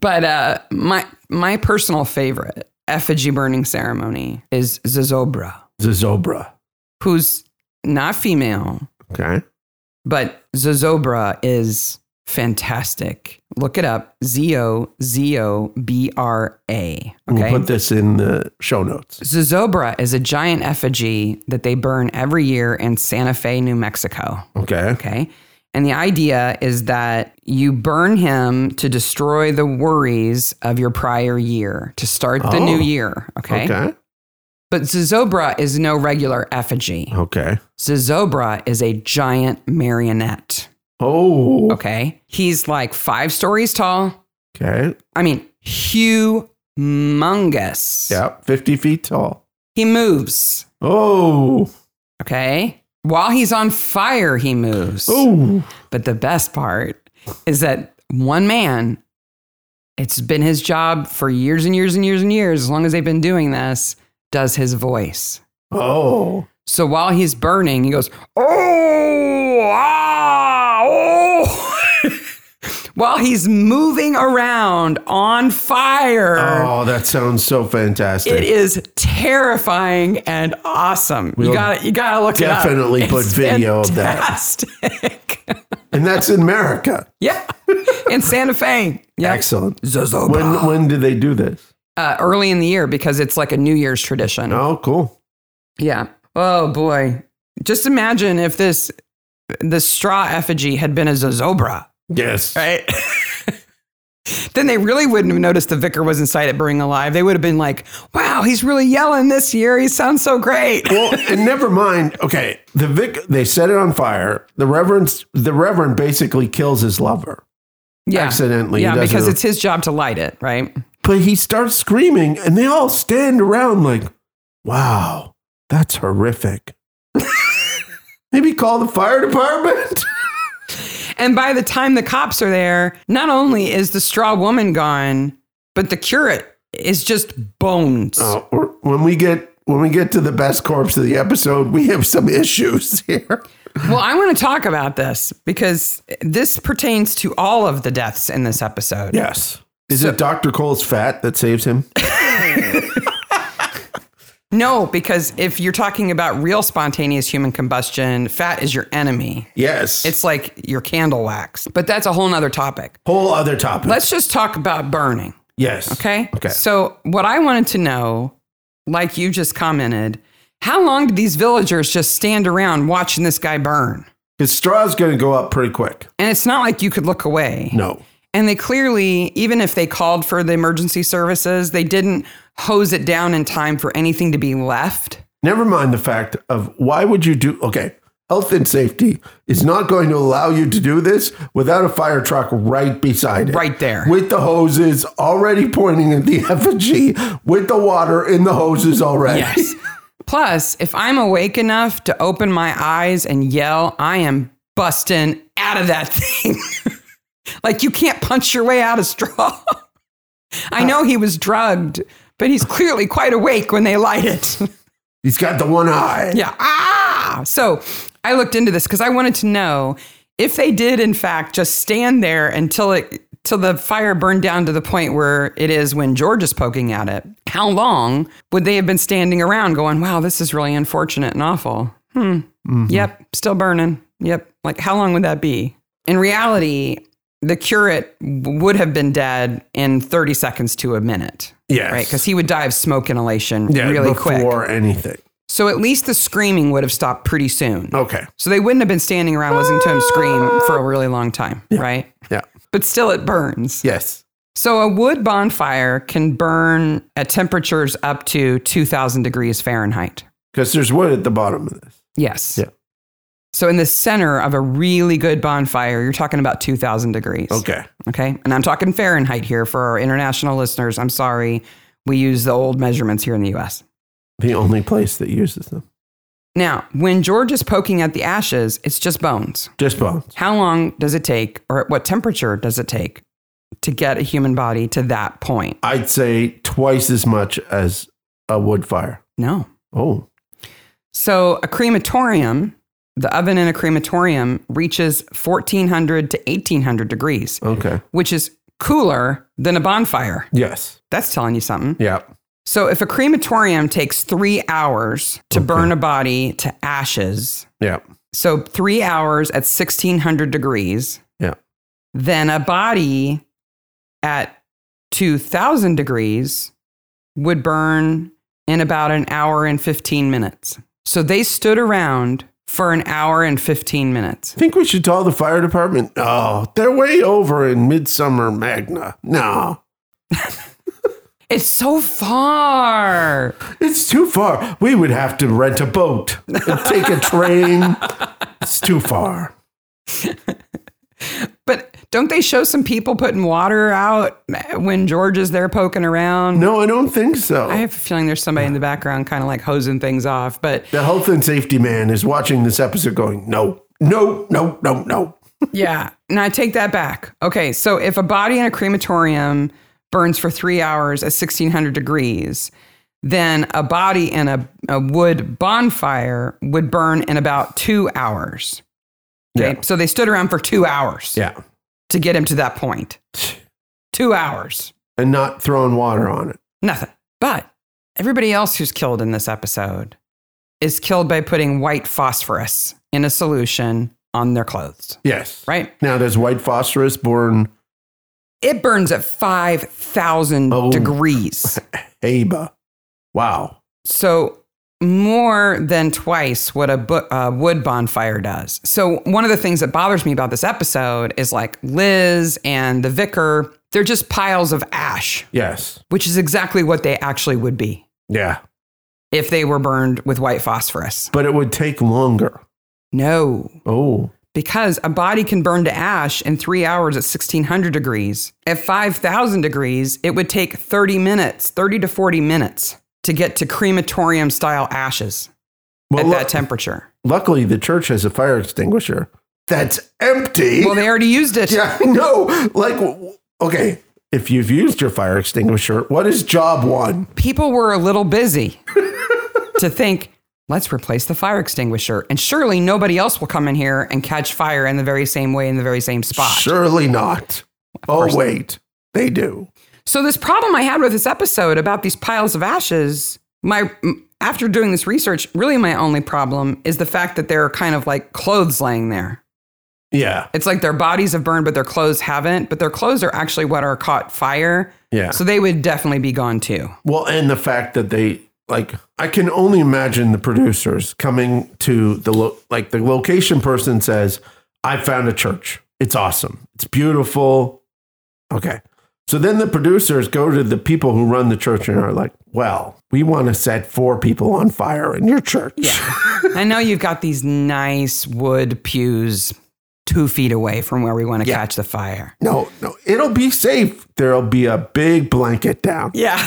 [SPEAKER 1] but uh, my my personal favorite effigy burning ceremony is Zozobra,
[SPEAKER 2] Zozobra.
[SPEAKER 1] who's not female,
[SPEAKER 2] Okay.
[SPEAKER 1] but Zozobra is fantastic. Look it up. Z O Z O B R A.
[SPEAKER 2] We'll
[SPEAKER 1] Okay.
[SPEAKER 2] put this in the show notes.
[SPEAKER 1] Zozobra is a giant effigy that they burn every year in Santa Fe, New Mexico.
[SPEAKER 2] Okay.
[SPEAKER 1] Okay. And the idea is that you burn him to destroy the worries of your prior year to start the new
[SPEAKER 2] Oh.
[SPEAKER 1] year. Okay.
[SPEAKER 2] Okay.
[SPEAKER 1] But Zozobra is no regular effigy.
[SPEAKER 2] Okay.
[SPEAKER 1] Zozobra is a giant marionette.
[SPEAKER 2] Oh.
[SPEAKER 1] Okay. He's like five stories tall.
[SPEAKER 2] Okay.
[SPEAKER 1] I mean, humongous.
[SPEAKER 2] Yeah. 50 feet tall.
[SPEAKER 1] He moves.
[SPEAKER 2] Oh.
[SPEAKER 1] Okay. While he's on fire, he moves.
[SPEAKER 2] Oh.
[SPEAKER 1] But the best part is that one man, it's been his job for years and years and years and years, as long as they've been doing this, does his voice.
[SPEAKER 2] Oh.
[SPEAKER 1] So while he's burning, he goes, oh, ah, oh. while he's moving around on fire.
[SPEAKER 2] Oh, that sounds so fantastic.
[SPEAKER 1] It is terrifying and awesome.
[SPEAKER 2] We'll
[SPEAKER 1] you got to you got to look it up.
[SPEAKER 2] definitely put
[SPEAKER 1] It's
[SPEAKER 2] video of that.
[SPEAKER 1] fantastic.
[SPEAKER 2] And that's in America.
[SPEAKER 1] yeah, in Santa Fe. Yeah,
[SPEAKER 2] Excellent.
[SPEAKER 1] Zozo.
[SPEAKER 2] When when did they do this?
[SPEAKER 1] uh, early in the year because it's like a New Year's tradition.
[SPEAKER 2] Oh, cool.
[SPEAKER 1] Yeah. Oh boy. Just imagine if this the straw effigy had been a zozobra,
[SPEAKER 2] Yes.
[SPEAKER 1] right? then they really wouldn't have noticed the vicar was inside at Burning Alive. They would have been like, "Wow, he's really yelling this year. He sounds so great."
[SPEAKER 2] Well, and never mind. Okay, the vic they set it on fire. The reverend the reverend basically kills his lover
[SPEAKER 1] yeah.
[SPEAKER 2] accidentally. He
[SPEAKER 1] Yeah,
[SPEAKER 2] doesn't
[SPEAKER 1] because
[SPEAKER 2] know.
[SPEAKER 1] it's his job to light it, right?
[SPEAKER 2] but he starts screaming, and they all stand around like, "Wow, that's horrific." Maybe call the fire department.
[SPEAKER 1] And by the time the cops are there, not only is the straw woman gone, but the curate is just bones.
[SPEAKER 2] Oh, we're- when we get when we get to the best corpse of the episode, we have some issues here.
[SPEAKER 1] Well, I want to talk about this because this pertains to all of the deaths in this episode.
[SPEAKER 2] Yes. Is it Dr. Cole's fat that saves him?
[SPEAKER 1] No, because if you're talking about real spontaneous human combustion, fat is your enemy.
[SPEAKER 2] Yes. It's
[SPEAKER 1] It's like your candle wax, but that's a whole nother topic.
[SPEAKER 2] whole other topic.
[SPEAKER 1] Let's just talk about burning.
[SPEAKER 2] yes.
[SPEAKER 1] Okay.
[SPEAKER 2] Okay.
[SPEAKER 1] So, what I wanted to know, like you just commented, how long did these villagers just stand around watching this guy burn?
[SPEAKER 2] His straw's going to go up pretty quick.
[SPEAKER 1] And it's not like you could look away.
[SPEAKER 2] No.
[SPEAKER 1] And they clearly, even if they called for the emergency services, they didn't hose it down in time for anything to be left.
[SPEAKER 2] Never mind the fact of why would you do okay. Health and safety is not going to allow you to do this without a fire truck right beside it.
[SPEAKER 1] Right there.
[SPEAKER 2] With the hoses already pointing at the effigy, with the water in the hoses already.
[SPEAKER 1] Yes. Plus, if I'm awake enough to open my eyes and yell, I am busting out of that thing. like you can't punch your way out of straw. I know he was drugged, but he's clearly quite awake when they light it.
[SPEAKER 2] He's got the one eye.
[SPEAKER 1] Yeah. Ah. So I looked into this because I wanted to know if they did, in fact, just stand there until it till the fire burned down to the point where it is when George is poking at it. How long would they have been standing around going, "Wow, this is really unfortunate and awful." Hmm.
[SPEAKER 2] Mm-hmm.
[SPEAKER 1] Yep. Still burning. Yep. Like how long would that be? In reality, the curate w- would have been dead in 30 seconds to a minute.
[SPEAKER 2] Yes.
[SPEAKER 1] Right? Because he would die of smoke inhalation
[SPEAKER 2] Yeah,
[SPEAKER 1] really quick.
[SPEAKER 2] before anything.
[SPEAKER 1] So at least the screaming would have stopped pretty soon.
[SPEAKER 2] Okay.
[SPEAKER 1] So they wouldn't have been standing around listening to him scream for a really long time, right?
[SPEAKER 2] Ah. Yeah.
[SPEAKER 1] But still, it burns.
[SPEAKER 2] Yes.
[SPEAKER 1] So a wood bonfire can burn at temperatures up to 2,000 degrees Fahrenheit.
[SPEAKER 2] Because there's wood at the bottom of this.
[SPEAKER 1] Yes.
[SPEAKER 2] Yeah.
[SPEAKER 1] So in the center of a really good bonfire, you're talking about 2,000 degrees.
[SPEAKER 2] Okay.
[SPEAKER 1] Okay. And I'm talking Fahrenheit here for our international listeners. I'm sorry. We use the old measurements here in the US.
[SPEAKER 2] The only place that uses them.
[SPEAKER 1] Now, when George is poking at the ashes, it's just bones.
[SPEAKER 2] Just bones.
[SPEAKER 1] How long does it take, or at what temperature does it take to get a human body to that point?
[SPEAKER 2] I'd say twice as much as a wood fire.
[SPEAKER 1] No.
[SPEAKER 2] Oh.
[SPEAKER 1] So, a crematorium, the oven in a crematorium reaches 1400 to 1800 degrees,
[SPEAKER 2] Okay.
[SPEAKER 1] which is cooler than a bonfire.
[SPEAKER 2] Yes.
[SPEAKER 1] That's telling you something.
[SPEAKER 2] Yeah.
[SPEAKER 1] So if a crematorium takes three hours to burn a body to ashes,
[SPEAKER 2] Yeah.
[SPEAKER 1] so three hours at 1600 degrees,
[SPEAKER 2] Yeah.
[SPEAKER 1] then a body at 2000 degrees would burn in about an hour and 15 minutes. So they stood around for an hour and 15 minutes.
[SPEAKER 2] I think we should tell the fire department. Oh, they're way over in Midsummer Magna. No,
[SPEAKER 1] It's so far.
[SPEAKER 2] it's too far. We would have to rent a boat and take a train. It's too far.
[SPEAKER 1] But don't they show some people putting water out when George is there poking around?
[SPEAKER 2] No, I don't think so.
[SPEAKER 1] I have a feeling there's somebody in the background kind of like hosing things off. But
[SPEAKER 2] the health and safety man is watching this episode going, no, no, no, no, no.
[SPEAKER 1] yeah, and I take that back. Okay, so if a body in a crematorium burns for three hours at 1600 degrees, then a body in a, a wood bonfire would burn in about two hours. Okay,
[SPEAKER 2] Yeah.
[SPEAKER 1] so they stood around for two hours
[SPEAKER 2] Yeah.
[SPEAKER 1] to get him to that point. Two hours.
[SPEAKER 2] And not throwing water on it.
[SPEAKER 1] Nothing. But everybody else who's killed in this episode is killed by putting white phosphorus in a solution on their clothes,
[SPEAKER 2] Yes.
[SPEAKER 1] right?
[SPEAKER 2] Now there's white phosphorus born
[SPEAKER 1] It burns at 5,000
[SPEAKER 2] Oh.
[SPEAKER 1] degrees.
[SPEAKER 2] Aba. Wow.
[SPEAKER 1] So, more than twice what a bu- uh, wood bonfire does. So, one of the things that bothers me about this episode is like Liz and the vicar, they're just piles of ash,
[SPEAKER 2] Yes.
[SPEAKER 1] which is exactly what they actually would be
[SPEAKER 2] Yeah.
[SPEAKER 1] if they were burned with white phosphorus.
[SPEAKER 2] But it would take longer.
[SPEAKER 1] No,
[SPEAKER 2] Oh.
[SPEAKER 1] because a body can burn to ash in three hours at 1600 degrees. At 5000 degrees, it would take 30 minutes, 30 to 40 minutes to get to crematorium style ashes
[SPEAKER 2] Well,
[SPEAKER 1] at
[SPEAKER 2] lu-
[SPEAKER 1] that temperature.
[SPEAKER 2] luckily, the church has a fire extinguisher that's empty.
[SPEAKER 1] Well, they already used it.
[SPEAKER 2] yeah, I know. Like, w- w- okay, if you've used your fire extinguisher, what is job one?
[SPEAKER 1] People were a little busy to think, let's replace the fire extinguisher. And surely nobody else will come in here and catch fire in the very same way in the very same spot.
[SPEAKER 2] Surely not. Oh, wait. They do.
[SPEAKER 1] So this problem I had with this episode about these piles of ashes, my m- after doing this research, really my only problem is the fact that there are kind of like clothes laying there.
[SPEAKER 2] Yeah.
[SPEAKER 1] It's like their bodies have burned, but their clothes haven't. But their clothes are actually what are caught fire.
[SPEAKER 2] Yeah.
[SPEAKER 1] So they would definitely be gone too.
[SPEAKER 2] Well, and the fact that they like, I can only imagine the producers coming to the lo- like the location person says, "I found a church. It's awesome. It's beautiful." Okay, so then the producers go to the people who run the church and are like, "Well, we want to set four people on fire in your church."
[SPEAKER 1] I know you've got these nice wood pews two feet away from where we want to catch the fire.
[SPEAKER 2] no, no, it'll be safe. There'll be a big blanket down.
[SPEAKER 1] Yeah.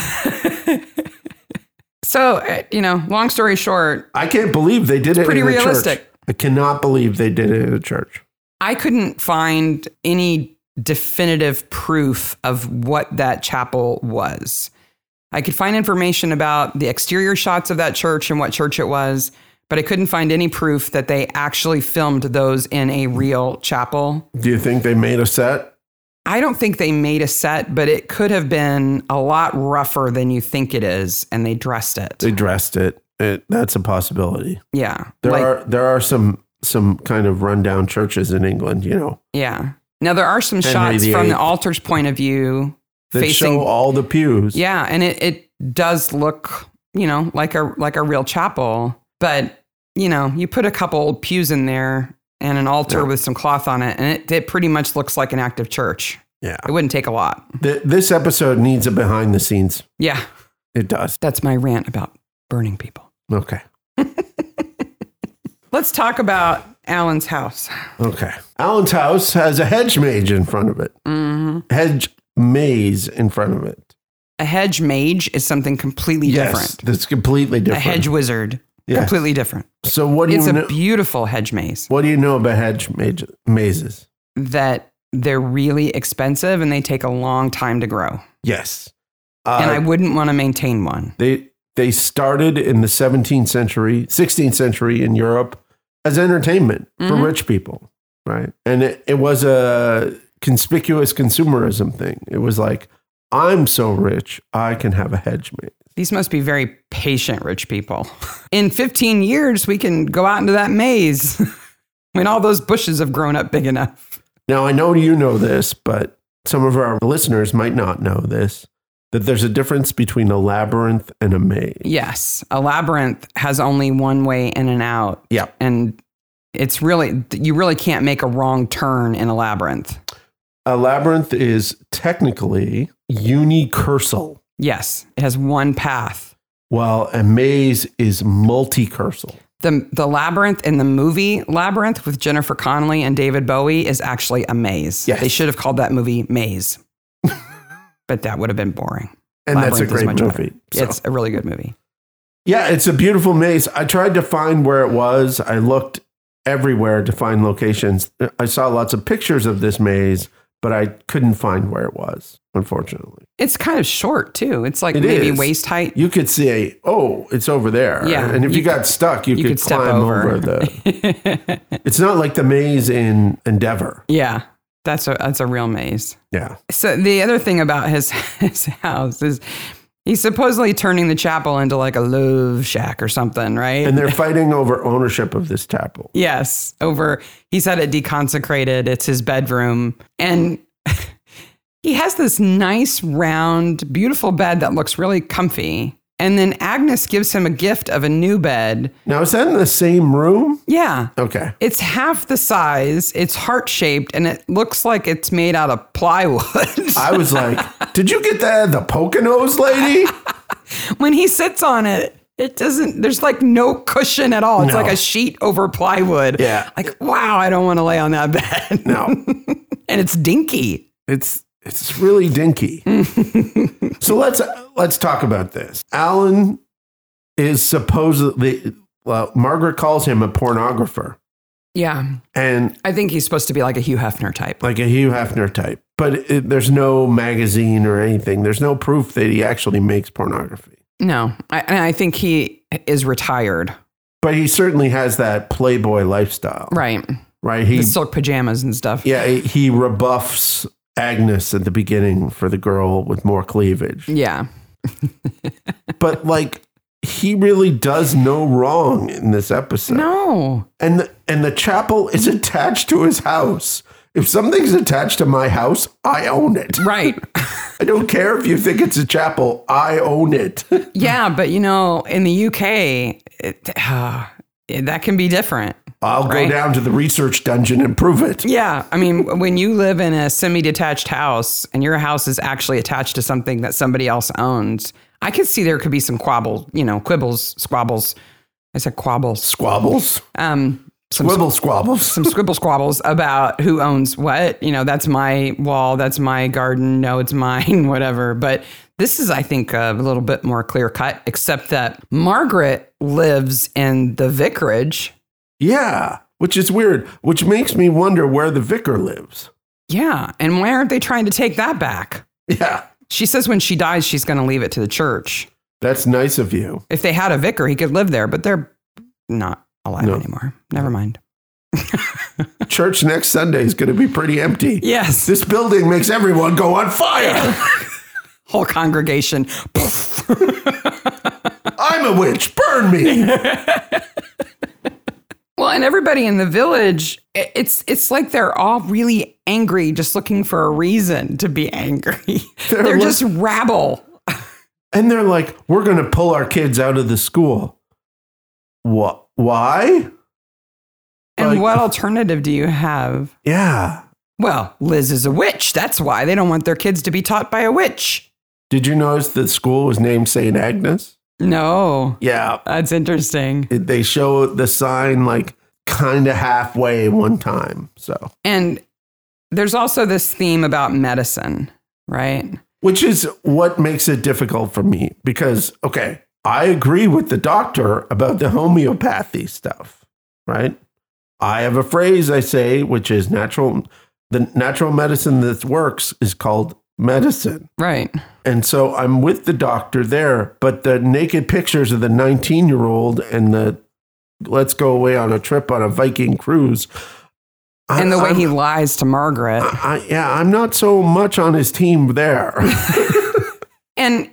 [SPEAKER 1] so, uh, you know, long story short,
[SPEAKER 2] I can't believe they did it.
[SPEAKER 1] pretty
[SPEAKER 2] in a church.
[SPEAKER 1] realistic.
[SPEAKER 2] I cannot believe they did it in a church.
[SPEAKER 1] I couldn't find any definitive proof of what that chapel was. I could find information about the exterior shots of that church and what church it was, but I couldn't find any proof that they actually filmed those in a real chapel.
[SPEAKER 2] Do you think they made a set?
[SPEAKER 1] I don't think they made a set, but it could have been a lot rougher than you think it is, and they dressed it.
[SPEAKER 2] they dressed it. it that's a possibility.
[SPEAKER 1] Yeah.
[SPEAKER 2] There
[SPEAKER 1] like-
[SPEAKER 2] are there are some some kind of rundown churches in England, you know,
[SPEAKER 1] yeah. Now, there are some
[SPEAKER 2] Henry
[SPEAKER 1] shots
[SPEAKER 2] the
[SPEAKER 1] from the
[SPEAKER 2] Eighth.
[SPEAKER 1] altar's point of view
[SPEAKER 2] that
[SPEAKER 1] facing
[SPEAKER 2] show all the pews.
[SPEAKER 1] Yeah, and it, it does look, you know, like a like a real chapel. But you know, you put a couple old pews in there and an altar
[SPEAKER 2] Yeah.
[SPEAKER 1] with some cloth on it, and it, it pretty much looks like an active church.
[SPEAKER 2] Yeah.
[SPEAKER 1] It wouldn't take a lot.
[SPEAKER 2] Th- this episode needs a behind the scenes.
[SPEAKER 1] Yeah,
[SPEAKER 2] It does.
[SPEAKER 1] that's my rant about burning people.
[SPEAKER 2] Okay.
[SPEAKER 1] Let's talk about Alan's house.
[SPEAKER 2] Okay. Alan's house has a hedge mage in front of it. Mm-hmm.
[SPEAKER 1] Mhm.
[SPEAKER 2] Hedge maze in front of it.
[SPEAKER 1] A hedge mage is something completely
[SPEAKER 2] Yes,
[SPEAKER 1] different.
[SPEAKER 2] that's completely
[SPEAKER 1] A
[SPEAKER 2] different.
[SPEAKER 1] hedge wizard,
[SPEAKER 2] Yes.
[SPEAKER 1] completely different.
[SPEAKER 2] So what do
[SPEAKER 1] It's
[SPEAKER 2] you
[SPEAKER 1] a
[SPEAKER 2] know?
[SPEAKER 1] beautiful hedge maze.
[SPEAKER 2] What do you know about hedge mage- mazes?
[SPEAKER 1] That they're really expensive and they take a long time to grow.
[SPEAKER 2] Yes. Uh,
[SPEAKER 1] and I wouldn't want to maintain one.
[SPEAKER 2] They they started in the 17th century, 16th century in Europe as entertainment
[SPEAKER 1] Mhm.
[SPEAKER 2] for rich people, right? And it, it was a conspicuous consumerism thing. It was like I'm so rich, I can have a hedge maze.
[SPEAKER 1] These must be very patient rich people. In 15 years, we can go out into that maze when all those bushes have grown up big enough.
[SPEAKER 2] Now, I know you know this, but some of our listeners might not know this that there's a difference between a labyrinth and a maze.
[SPEAKER 1] Yes, a labyrinth has only one way in and out.
[SPEAKER 2] Yep.
[SPEAKER 1] And it's really, you really can't make a wrong turn in a labyrinth.
[SPEAKER 2] A labyrinth is technically unicursal,
[SPEAKER 1] Yes, it has one path.
[SPEAKER 2] while a maze is multicursal.
[SPEAKER 1] The, the labyrinth in the movie Labyrinth with Jennifer Connelly and David Bowie is actually a maze.
[SPEAKER 2] Yes.
[SPEAKER 1] They should have called that movie Maze, but that would have been boring.
[SPEAKER 2] And that's a
[SPEAKER 1] Labyrinth is
[SPEAKER 2] great
[SPEAKER 1] much better.
[SPEAKER 2] movie. So-
[SPEAKER 1] It's a really good movie.
[SPEAKER 2] Yeah, it's a beautiful maze. I tried to find where it was. I looked everywhere to find locations. I saw lots of pictures of this maze, but I couldn't find where it was, unfortunately.
[SPEAKER 1] It's kind of short too. It's like
[SPEAKER 2] It
[SPEAKER 1] maybe
[SPEAKER 2] is.
[SPEAKER 1] waist height.
[SPEAKER 2] You could say, oh, it's over there.
[SPEAKER 1] Yeah,
[SPEAKER 2] And if you,
[SPEAKER 1] you
[SPEAKER 2] got stuck, you,
[SPEAKER 1] You
[SPEAKER 2] could,
[SPEAKER 1] could step
[SPEAKER 2] climb over.
[SPEAKER 1] over.
[SPEAKER 2] the. It's not like the maze in Endeavor.
[SPEAKER 1] yeah, that's a that's a real maze.
[SPEAKER 2] Yeah.
[SPEAKER 1] So the other thing about his his house is he's supposedly turning the chapel into like a Louvre shack or something, right?
[SPEAKER 2] And they're fighting over ownership of this chapel.
[SPEAKER 1] Yes, over. He's had it deconsecrated. It's his bedroom. And he has this nice, round, beautiful bed that looks really comfy. And then Agnes gives him a gift of a new bed.
[SPEAKER 2] Now, is that in the same room?
[SPEAKER 1] Yeah.
[SPEAKER 2] Okay.
[SPEAKER 1] It's half the size, it's heart shaped, and it looks like it's made out of plywood.
[SPEAKER 2] I was like, did you get that at the Poconos lady?
[SPEAKER 1] when he sits on it, it doesn't, there's like no cushion at all. It's
[SPEAKER 2] No.
[SPEAKER 1] like a sheet over plywood.
[SPEAKER 2] Yeah.
[SPEAKER 1] Like, wow, I don't want to lay on that bed.
[SPEAKER 2] No.
[SPEAKER 1] and it's dinky.
[SPEAKER 2] It's it's really dinky. so let's let's talk about this. Alan is supposedly well, Margaret calls him a pornographer
[SPEAKER 1] Yeah.
[SPEAKER 2] and
[SPEAKER 1] I think he's supposed to be like a Hugh Hefner type.
[SPEAKER 2] like a Hugh Hefner type, but it, there's no magazine or anything. There's no proof that he actually makes pornography.
[SPEAKER 1] No, I, and I think he is retired.
[SPEAKER 2] But he certainly has that playboy lifestyle,
[SPEAKER 1] Right.
[SPEAKER 2] right? He
[SPEAKER 1] The silk pajamas and stuff.
[SPEAKER 2] yeah, he- he rebuffs Agnes at the beginning for the girl with more cleavage.
[SPEAKER 1] Yeah.
[SPEAKER 2] But like he really does no wrong in this episode.
[SPEAKER 1] No.
[SPEAKER 2] and the, and the chapel is attached to his house. If something's attached to my house, I own it.
[SPEAKER 1] Right.
[SPEAKER 2] I don't care if you think it's a chapel. I own it.
[SPEAKER 1] yeah. But, you know, in the UK, it, uh, that can be different.
[SPEAKER 2] I'll go
[SPEAKER 1] Right.
[SPEAKER 2] down to the research dungeon and prove it.
[SPEAKER 1] Yeah. I mean, when you live in a semi detached house and your house is actually attached to something that somebody else owns, I could see there could be some quabbles, you know, quibbles, squabbles. I said quabbles.
[SPEAKER 2] Squabbles,
[SPEAKER 1] Um, some
[SPEAKER 2] quibble squabbles.
[SPEAKER 1] some scribble squabbles about who owns what. You know, that's my wall, that's my garden, no, it's mine, whatever. But this is, I think, a little bit more clear cut, except that Margaret lives in the vicarage.
[SPEAKER 2] Yeah, which is weird. Which makes me wonder where the vicar lives.
[SPEAKER 1] Yeah. And why aren't they trying to take that back?
[SPEAKER 2] Yeah,
[SPEAKER 1] She says when she dies, she's going to leave it to the church.
[SPEAKER 2] that's nice of you.
[SPEAKER 1] If they had a vicar, he could live there, but they're not alive
[SPEAKER 2] No.
[SPEAKER 1] anymore. Never mind.
[SPEAKER 2] Church next Sunday is going to be pretty empty.
[SPEAKER 1] Yes.
[SPEAKER 2] This building makes everyone go on fire.
[SPEAKER 1] whole congregation.
[SPEAKER 2] I'm a witch. Burn me.
[SPEAKER 1] Well, and everybody in the village, i- it's it's like they're all really angry, just looking for a reason to be angry.
[SPEAKER 2] They're
[SPEAKER 1] They're,
[SPEAKER 2] look-
[SPEAKER 1] just rabble.
[SPEAKER 2] And they're like, we're going to pull our kids out of the school. What? Why?
[SPEAKER 1] And
[SPEAKER 2] Like-
[SPEAKER 1] what alternative do you have?
[SPEAKER 2] Yeah.
[SPEAKER 1] Well, Liz is a witch. That's why they don't want their kids to be taught by a witch.
[SPEAKER 2] Did you notice the school was named St. Agnes?
[SPEAKER 1] No,
[SPEAKER 2] Yeah.
[SPEAKER 1] that's interesting.
[SPEAKER 2] It- They show the sign like kind of halfway one time. So,
[SPEAKER 1] And there's also this theme about medicine, right?
[SPEAKER 2] which is what makes it difficult for me because, okay, I agree with the doctor about the homeopathy stuff, right? I have a phrase I say, which is natural. The natural medicine that works is called medicine.
[SPEAKER 1] Right.
[SPEAKER 2] And so I'm with the doctor there, but the naked pictures of the 19 year old and the let's go away on a trip on a Viking cruise. I-
[SPEAKER 1] And the way
[SPEAKER 2] I'm-
[SPEAKER 1] he lies to Margaret.
[SPEAKER 2] I, yeah, I'm not so much on his team there.
[SPEAKER 1] And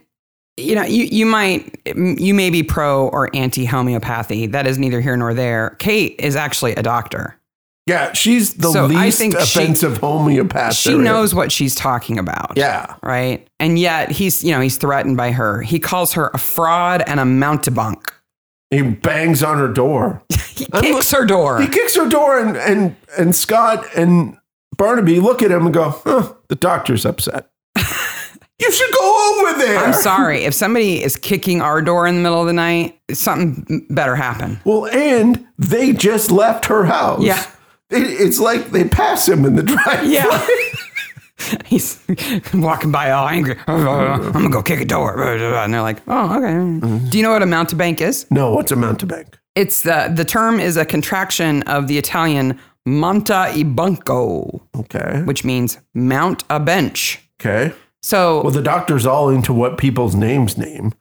[SPEAKER 1] you know, you, you might, you may be pro or anti homeopathy. That is neither here nor there. Kate is actually a doctor.
[SPEAKER 2] Yeah, she's the
[SPEAKER 1] So I
[SPEAKER 2] least
[SPEAKER 1] think she-
[SPEAKER 2] offensive homeopath.
[SPEAKER 1] She
[SPEAKER 2] there is.
[SPEAKER 1] knows what she's talking about.
[SPEAKER 2] Yeah.
[SPEAKER 1] Right. And yet he's, you know, he's threatened by her. He calls her a fraud and a mountebank.
[SPEAKER 2] He bangs on her door.
[SPEAKER 1] He
[SPEAKER 2] I'm li-
[SPEAKER 1] kicks her door.
[SPEAKER 2] He kicks her door, and and and Scott and Barnaby look at him and go, "Huh, the doctor's upset." you should go over there.
[SPEAKER 1] I'm sorry. If somebody is kicking our door in the middle of the night, something better happen.
[SPEAKER 2] Well, and they just left her house.
[SPEAKER 1] Yeah.
[SPEAKER 2] It, it's like they pass him in the driveway.
[SPEAKER 1] Yeah. He's walking by all angry. I'm gonna go kick a door. And they're like, oh, okay. Do you know what a mountebank is?
[SPEAKER 2] No, what's a mountebank?
[SPEAKER 1] It's the the term is a contraction of the Italian monta e banco,
[SPEAKER 2] Okay.
[SPEAKER 1] which means mount a bench.
[SPEAKER 2] Okay.
[SPEAKER 1] So
[SPEAKER 2] Well, the doctor's all into what people's names name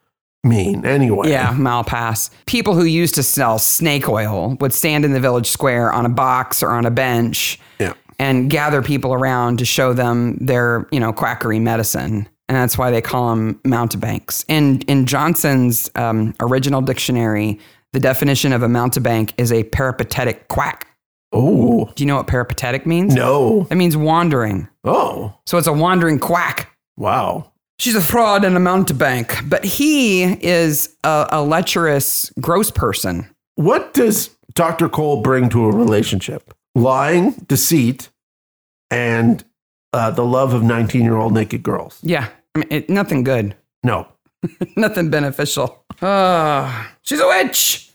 [SPEAKER 2] mean anyway.
[SPEAKER 1] Yeah, Malpass. People who used to sell snake oil would stand in the village square on a box or on a bench
[SPEAKER 2] Yeah.
[SPEAKER 1] and gather people around to show them their, you know, quackery medicine. And that's why they call them mountebanks. In, in Johnson's um, original dictionary, the definition of a mountebank is a peripatetic quack.
[SPEAKER 2] Oh,
[SPEAKER 1] Do you know what peripatetic means?
[SPEAKER 2] no.
[SPEAKER 1] That means wandering.
[SPEAKER 2] Oh,
[SPEAKER 1] So it's a wandering quack.
[SPEAKER 2] wow.
[SPEAKER 1] She's a fraud and a mountebank, but he is a, a lecherous, gross person.
[SPEAKER 2] What does Dr. Cole bring to a relationship? Lying, deceit, and uh, the love of 19 year old naked girls.
[SPEAKER 1] Yeah. I mean, it, nothing good,
[SPEAKER 2] No.
[SPEAKER 1] nothing beneficial. Ah, she's a witch.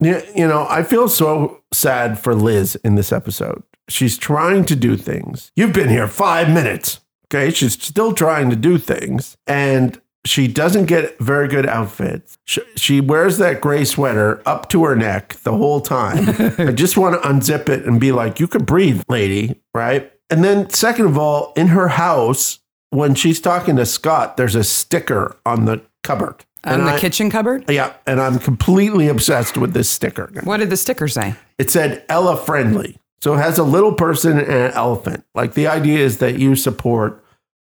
[SPEAKER 2] Yeah, you know, I feel so sad for Liz in this episode. She's trying to do things. You've been here five minutes. Okay. She's still trying to do things. And she doesn't get very good outfits. She, she wears that gray sweater up to her neck the whole time. I just want to unzip it and be like, you could breathe, lady. Right. And then, second of all, in her house, when she's talking to Scott, there's a sticker on the cupboard.
[SPEAKER 1] On the
[SPEAKER 2] I-
[SPEAKER 1] kitchen cupboard?
[SPEAKER 2] yeah, and I'm completely obsessed with this sticker.
[SPEAKER 1] What did the sticker say?
[SPEAKER 2] It said Ella friendly. So it has a little person and an elephant. Like the idea is that you support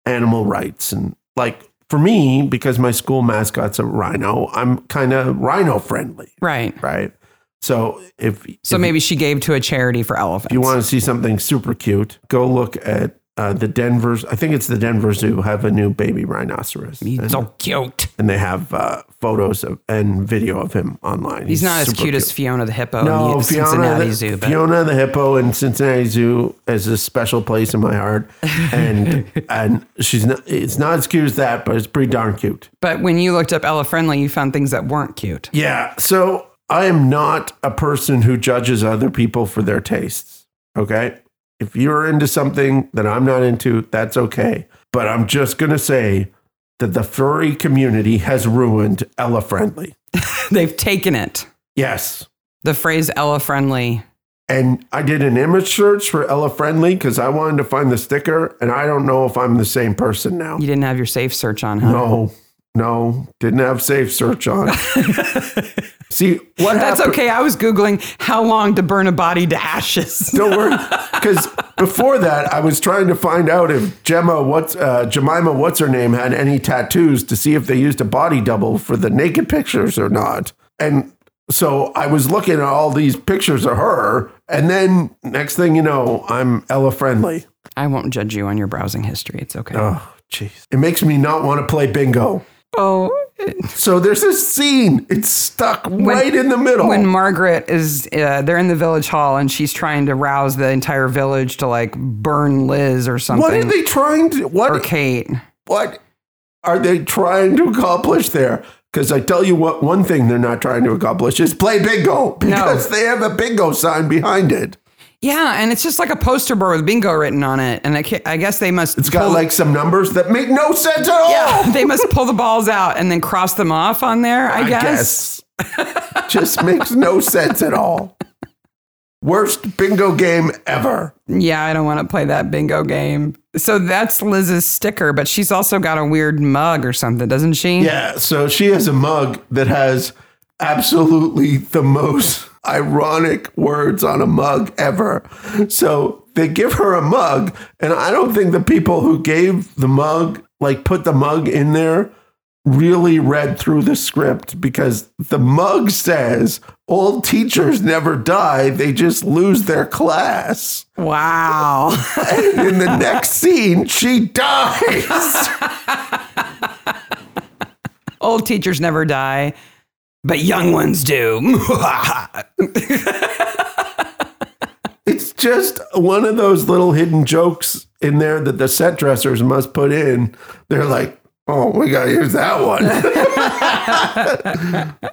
[SPEAKER 2] animal rights. And like for me, because my school mascot's a rhino, I'm kind of rhino friendly,
[SPEAKER 1] Right.
[SPEAKER 2] right? So if,
[SPEAKER 1] So
[SPEAKER 2] if
[SPEAKER 1] maybe she gave to a charity for elephants.
[SPEAKER 2] you want to see something super cute, go look at uh, the Denver's, I think it's the Denver Zoo, have a new baby rhinoceros.
[SPEAKER 1] He's
[SPEAKER 2] And,
[SPEAKER 1] so cute.
[SPEAKER 2] and they have uh, photos of, and video of him online.
[SPEAKER 1] He's not as
[SPEAKER 2] super
[SPEAKER 1] cute, as Fiona the hippo in
[SPEAKER 2] No,
[SPEAKER 1] the
[SPEAKER 2] Fiona,
[SPEAKER 1] Cincinnati
[SPEAKER 2] the,
[SPEAKER 1] Zoo. But
[SPEAKER 2] Fiona the hippo in Cincinnati Zoo is a special place in my heart, and and she's not. It's not as cute as that, but it's pretty darn cute.
[SPEAKER 1] but when you looked up Ella Friendly, you found things that weren't cute.
[SPEAKER 2] Yeah. So I am not a person who judges other people for their tastes. Okay. If you're into something that I'm not into, that's okay. But I'm just gonna say that the furry community has ruined Ella Friendly.
[SPEAKER 1] They've taken it.
[SPEAKER 2] Yes.
[SPEAKER 1] The phrase Ella Friendly.
[SPEAKER 2] And I did an image search for Ella Friendly because I wanted to find the sticker, and I don't know if I'm the same person now.
[SPEAKER 1] You didn't have your safe search on, huh?
[SPEAKER 2] No, no, didn't have safe search on. See what
[SPEAKER 1] That's
[SPEAKER 2] happened-
[SPEAKER 1] okay. I was Googling how long to burn a body to ashes.
[SPEAKER 2] Don't worry, because before that, I was trying to find out if Gemma, what's uh, Jemima, what's her name, had any tattoos to see if they used a body double for the naked pictures or not. And so I was looking at all these pictures of her, and then next thing you know, I'm Ella Friendly.
[SPEAKER 1] I won't judge you on your browsing history. It's okay.
[SPEAKER 2] Oh, jeez. It makes me not want to play bingo.
[SPEAKER 1] Oh, it-
[SPEAKER 2] So there's this scene. It's stuck right in the middle.
[SPEAKER 1] when Margaret is, uh, they're in the village hall and she's trying to rouse the entire village to like burn Liz or something.
[SPEAKER 2] what are they trying to what
[SPEAKER 1] or Kate.
[SPEAKER 2] what are they trying to accomplish there? Because I tell you what, one thing they're not trying to accomplish is play bingo because they have a bingo sign behind it.
[SPEAKER 1] Yeah, and it's just like a poster board with bingo written on it. And I, ca- I guess they must.
[SPEAKER 2] It's got like some numbers that make no sense at all.
[SPEAKER 1] Yeah, they must pull the balls out and then cross them off on there, I, guess.
[SPEAKER 2] guess. Just makes no sense at all. Worst bingo game ever.
[SPEAKER 1] Yeah, I don't want to play that bingo game. So that's Liz's sticker, but she's also got a weird mug or something, doesn't she?
[SPEAKER 2] Yeah, so she has a mug that has absolutely the most ironic words on a mug ever. So they give her a mug, and I don't think the people who gave the mug, like put the mug in there, really read through the script because the mug says old teachers never die, they just lose their class.
[SPEAKER 1] Wow.
[SPEAKER 2] And in the next scene, she dies.
[SPEAKER 1] Old teachers never die, but young ones do.
[SPEAKER 2] It's just one of those little hidden jokes in there that the set dressers must put in. They're like, oh, we gotta use that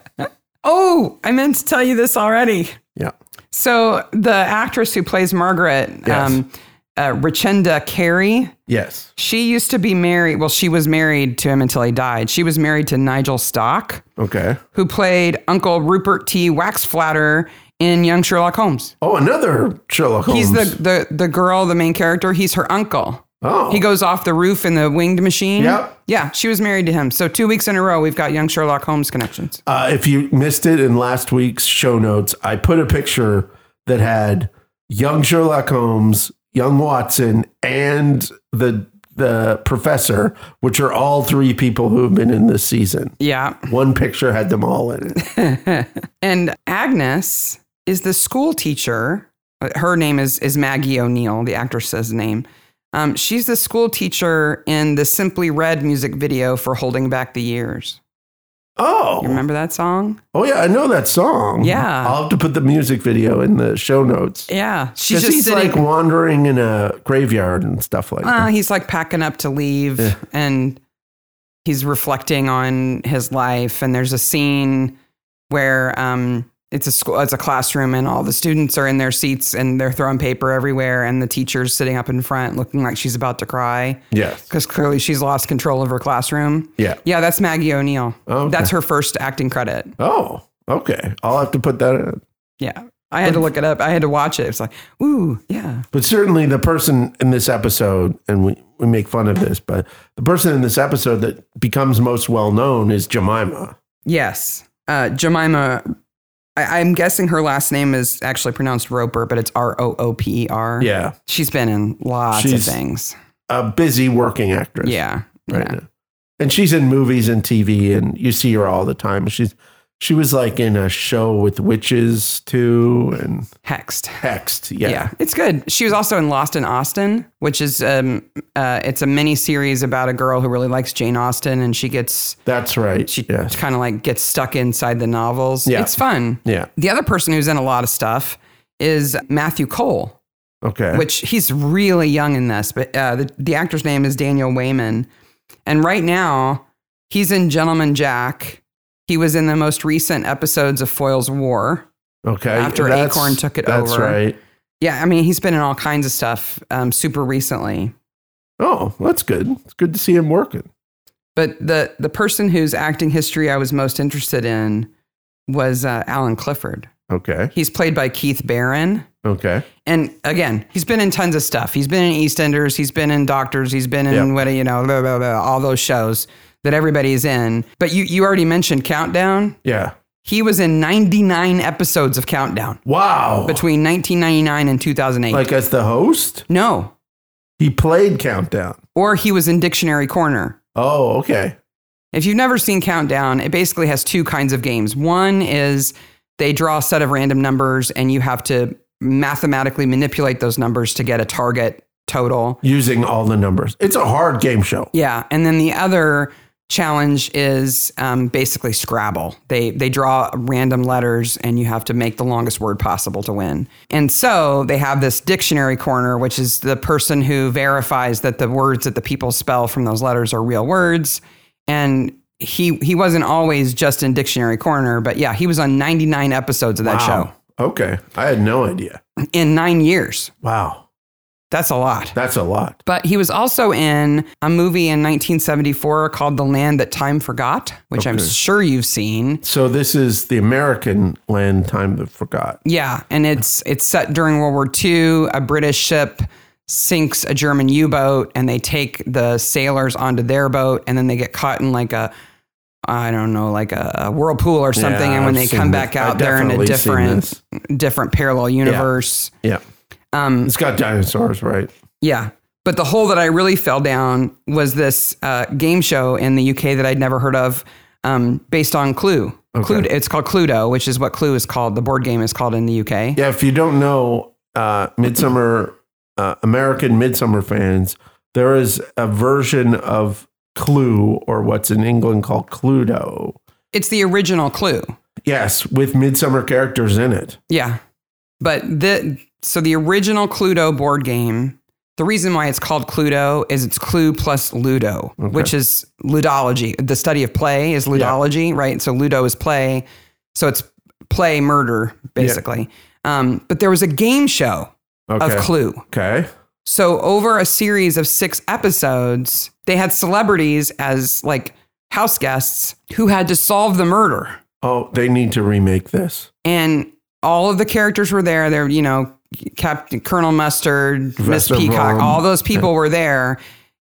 [SPEAKER 2] one.
[SPEAKER 1] oh, I meant to tell you this already.
[SPEAKER 2] yeah.
[SPEAKER 1] So the actress who plays Margaret,
[SPEAKER 2] Yes.
[SPEAKER 1] um, uh, Richenda Carey,
[SPEAKER 2] Yes.
[SPEAKER 1] she used to be married. Well, she was married to him until he died. She was married to Nigel Stock,
[SPEAKER 2] Okay.
[SPEAKER 1] who played Uncle Rupert T. Waxflatter in Young Sherlock Holmes.
[SPEAKER 2] Oh, another Sherlock Holmes.
[SPEAKER 1] He's the, the the girl, the main character. He's her uncle.
[SPEAKER 2] oh.
[SPEAKER 1] He goes off the roof in the winged machine.
[SPEAKER 2] Yep.
[SPEAKER 1] Yeah, she was married to him. So two weeks in a row, we've got young Sherlock Holmes connections.
[SPEAKER 2] Uh, if you missed it in last week's show notes, I put a picture that had young Sherlock Holmes, young Watson, and the the professor, which are all three people who have been in this season.
[SPEAKER 1] Yeah.
[SPEAKER 2] One picture had them all in it.
[SPEAKER 1] And Agnes is the school teacher. Her name is is Maggie O'Neill, the actress's name. Um, she's the school teacher in the Simply Red music video for "Holding Back the Years." You
[SPEAKER 2] Oh,
[SPEAKER 1] remember that song?
[SPEAKER 2] oh yeah, I know that song.
[SPEAKER 1] Yeah.
[SPEAKER 2] I'll have to put the music video in the show notes.
[SPEAKER 1] Yeah, she's
[SPEAKER 2] Because
[SPEAKER 1] just
[SPEAKER 2] he's
[SPEAKER 1] sitting.
[SPEAKER 2] like wandering in a graveyard and stuff like
[SPEAKER 1] uh,
[SPEAKER 2] that.
[SPEAKER 1] he's like packing up to leave,
[SPEAKER 2] Yeah.
[SPEAKER 1] and he's reflecting on his life. And there's a scene where um, it's a school, it's a classroom, and all the students are in their seats and they're throwing paper everywhere, and the teacher's sitting up in front, looking like she's about to cry
[SPEAKER 2] Yes.
[SPEAKER 1] because clearly she's lost control of her classroom.
[SPEAKER 2] Yeah.
[SPEAKER 1] Yeah, that's Maggie O'Neill.
[SPEAKER 2] Okay.
[SPEAKER 1] That's her first acting credit.
[SPEAKER 2] Oh, okay. I'll have to put that in.
[SPEAKER 1] Yeah. I had to look it up. I had to watch it. It's like, ooh, yeah.
[SPEAKER 2] But certainly the person in this episode, and we, we make fun of this, but the person in this episode that becomes most well known is
[SPEAKER 1] Uh-huh.
[SPEAKER 2] Jemima.
[SPEAKER 1] Yes. Uh, Jemima, I, I'm guessing her last name is actually pronounced Roper, but it's R O O P E R.
[SPEAKER 2] Yeah.
[SPEAKER 1] She's been in lots
[SPEAKER 2] She's-
[SPEAKER 1] of things.
[SPEAKER 2] A busy working actress.
[SPEAKER 1] Yeah.
[SPEAKER 2] Right
[SPEAKER 1] yeah.
[SPEAKER 2] now. And she's in movies and TV and you see her all the time. She's she was like in a show with witches too and
[SPEAKER 1] Hexed.
[SPEAKER 2] text.
[SPEAKER 1] Yeah.
[SPEAKER 2] Yeah.
[SPEAKER 1] It's good. She was also in Lost in Austin, which is um uh it's a mini series about a girl who really likes Jane Austen and she gets
[SPEAKER 2] That's right.
[SPEAKER 1] she
[SPEAKER 2] yeah.
[SPEAKER 1] kind of like gets stuck inside the novels.
[SPEAKER 2] Yeah.
[SPEAKER 1] It's fun.
[SPEAKER 2] Yeah.
[SPEAKER 1] The other person who's in a lot of stuff is Matthew Cole,
[SPEAKER 2] Okay.
[SPEAKER 1] which he's really young in this, but uh, the, the actor's name is Daniel Wayman. And right now, he's in Gentleman Jack. He was in the most recent episodes of Foyle's War.
[SPEAKER 2] okay.
[SPEAKER 1] after Acorn took it
[SPEAKER 2] that's
[SPEAKER 1] over.
[SPEAKER 2] right.
[SPEAKER 1] Yeah, I mean, he's been in all kinds of stuff um, super recently.
[SPEAKER 2] Oh, that's good. It's good to see him working.
[SPEAKER 1] But the, the person whose acting history I was most interested in was uh, Alan Clifford.
[SPEAKER 2] Okay.
[SPEAKER 1] He's played by Keith Barron.
[SPEAKER 2] Okay.
[SPEAKER 1] And again, he's been in tons of stuff. He's been in EastEnders. He's been in Doctors. He's been in
[SPEAKER 2] Yeah.
[SPEAKER 1] what you know, blah, blah, blah, all those shows that everybody's in. But you you already mentioned Countdown.
[SPEAKER 2] Yeah.
[SPEAKER 1] He was in 99 episodes of Countdown
[SPEAKER 2] Wow.
[SPEAKER 1] between 1999 and 2008.
[SPEAKER 2] Oh. like as the host
[SPEAKER 1] no,
[SPEAKER 2] he played countdown
[SPEAKER 1] or he was in Dictionary Corner.
[SPEAKER 2] oh okay
[SPEAKER 1] If you've never seen Countdown, it basically has two kinds of games. One is they draw a set of random numbers and you have to mathematically manipulate those numbers to get a target total.
[SPEAKER 2] using all the numbers it's a hard game show
[SPEAKER 1] Yeah, and then the other challenge is um, basically Scrabble. They they draw random letters, and you have to make the longest word possible to win. And so they have this dictionary corner, which is the person who verifies that the words that the people spell from those letters are real words. And he he wasn't always just in dictionary corner, but yeah, he was on 99 episodes of that
[SPEAKER 2] Wow. okay i had no idea
[SPEAKER 1] show in nine years.
[SPEAKER 2] wow
[SPEAKER 1] That's a lot.
[SPEAKER 2] that's a lot
[SPEAKER 1] But he was also in a movie in 1974 called The Land That Time Forgot, which I'm
[SPEAKER 2] Okay.
[SPEAKER 1] sure you've seen.
[SPEAKER 2] so this is the american land time that forgot
[SPEAKER 1] Yeah, and it's it's set during World War II. A British ship sinks a German U-boat, and they take the sailors onto their boat, and then they get caught in like a I don't know, like a, a whirlpool or something.
[SPEAKER 2] Yeah,
[SPEAKER 1] and when
[SPEAKER 2] I've
[SPEAKER 1] they
[SPEAKER 2] seen
[SPEAKER 1] come
[SPEAKER 2] this.
[SPEAKER 1] back
[SPEAKER 2] I've
[SPEAKER 1] out, they're in a
[SPEAKER 2] definitely seen
[SPEAKER 1] different
[SPEAKER 2] this.
[SPEAKER 1] different parallel universe.
[SPEAKER 2] yeah
[SPEAKER 1] Um,
[SPEAKER 2] it's got dinosaurs right
[SPEAKER 1] yeah. But the hole that I really fell down was this uh, game show in the UK that I'd never heard of, um, based on Clue. Clued- it's called Cluedo, which is what Clue is called. The board game is called in the UK.
[SPEAKER 2] Yeah, if you don't know, uh, Midsummer uh, American Midsummer fans, there is a version of Clue, or what's in England called Cluedo.
[SPEAKER 1] It's the original Clue.
[SPEAKER 2] Yes, with Midsummer characters in it.
[SPEAKER 1] Yeah. But the so the original Cluedo board game, the reason why it's called Cluedo is it's Clue plus Ludo, which is ludology. The study of play is ludology, right? So Ludo is play. So it's play murder, basically. Um, but there was a game show
[SPEAKER 2] Okay.
[SPEAKER 1] of Clue.
[SPEAKER 2] okay.
[SPEAKER 1] So over a series of six episodes, they had celebrities as like house guests who had to solve the murder
[SPEAKER 2] Oh, they need to remake this.
[SPEAKER 1] and all of the characters were there. They're you know Captain Colonel Mustard, Miss
[SPEAKER 2] Professor
[SPEAKER 1] Peacock,
[SPEAKER 2] Vaughn.
[SPEAKER 1] all those people were there.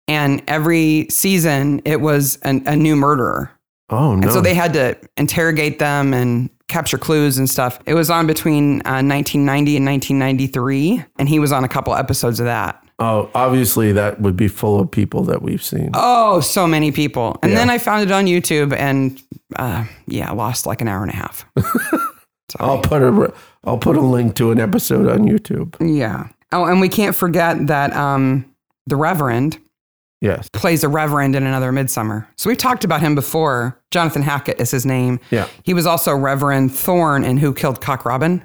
[SPEAKER 1] And every season, it was an, a new murderer,
[SPEAKER 2] Oh no.
[SPEAKER 1] and so they had to interrogate them and capture clues and stuff. It was on between uh, 1990 and 1993, and he was on a couple episodes of that.
[SPEAKER 2] oh, obviously that would be full of people that we've seen.
[SPEAKER 1] Oh, so many people! And
[SPEAKER 2] Yeah.
[SPEAKER 1] then I found it on YouTube, and uh, yeah, lost like an hour and a half.
[SPEAKER 2] I'll put a I'll put a link to an episode on YouTube.
[SPEAKER 1] Yeah. Oh, and we can't forget that um, the Reverend
[SPEAKER 2] Yes.
[SPEAKER 1] plays a Reverend in another Midsummer. So we've talked about him before. Jonathan Hackett is his name.
[SPEAKER 2] Yeah.
[SPEAKER 1] He was also Reverend Thorne in Who Killed Cock Robin.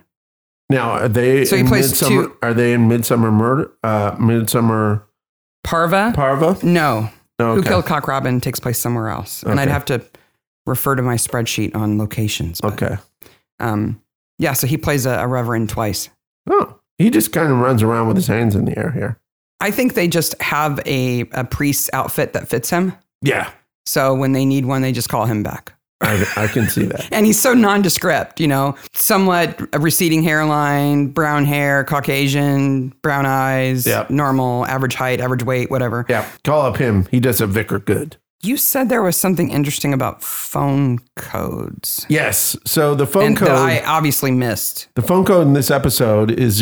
[SPEAKER 2] Now are they
[SPEAKER 1] So he
[SPEAKER 2] in
[SPEAKER 1] plays
[SPEAKER 2] Midsummer,
[SPEAKER 1] two-
[SPEAKER 2] are they in Midsummer Murder uh Midsummer
[SPEAKER 1] Parva?
[SPEAKER 2] Parva?
[SPEAKER 1] no.
[SPEAKER 2] No.
[SPEAKER 1] Who Killed Cock Robin takes place somewhere else. And I'd
[SPEAKER 2] Okay.
[SPEAKER 1] have to refer to my spreadsheet on locations. but,
[SPEAKER 2] Okay.
[SPEAKER 1] Um, yeah, so he plays a, a Reverend twice.
[SPEAKER 2] Oh. He just kind of runs around with his hands in the air here.
[SPEAKER 1] I think they just have a, a priest's outfit that fits him.
[SPEAKER 2] Yeah.
[SPEAKER 1] So when they need one, they just call him back.
[SPEAKER 2] I, I can see that.
[SPEAKER 1] And he's so nondescript, you know, somewhat receding hairline, brown hair, Caucasian, brown eyes,
[SPEAKER 2] Yep.
[SPEAKER 1] normal, average height, average weight, whatever.
[SPEAKER 2] Yeah. Call up him. He does a vicar good.
[SPEAKER 1] You said there was something interesting about phone codes,
[SPEAKER 2] Yes. So the phone
[SPEAKER 1] and
[SPEAKER 2] code
[SPEAKER 1] that I obviously missed.
[SPEAKER 2] The phone code in this episode is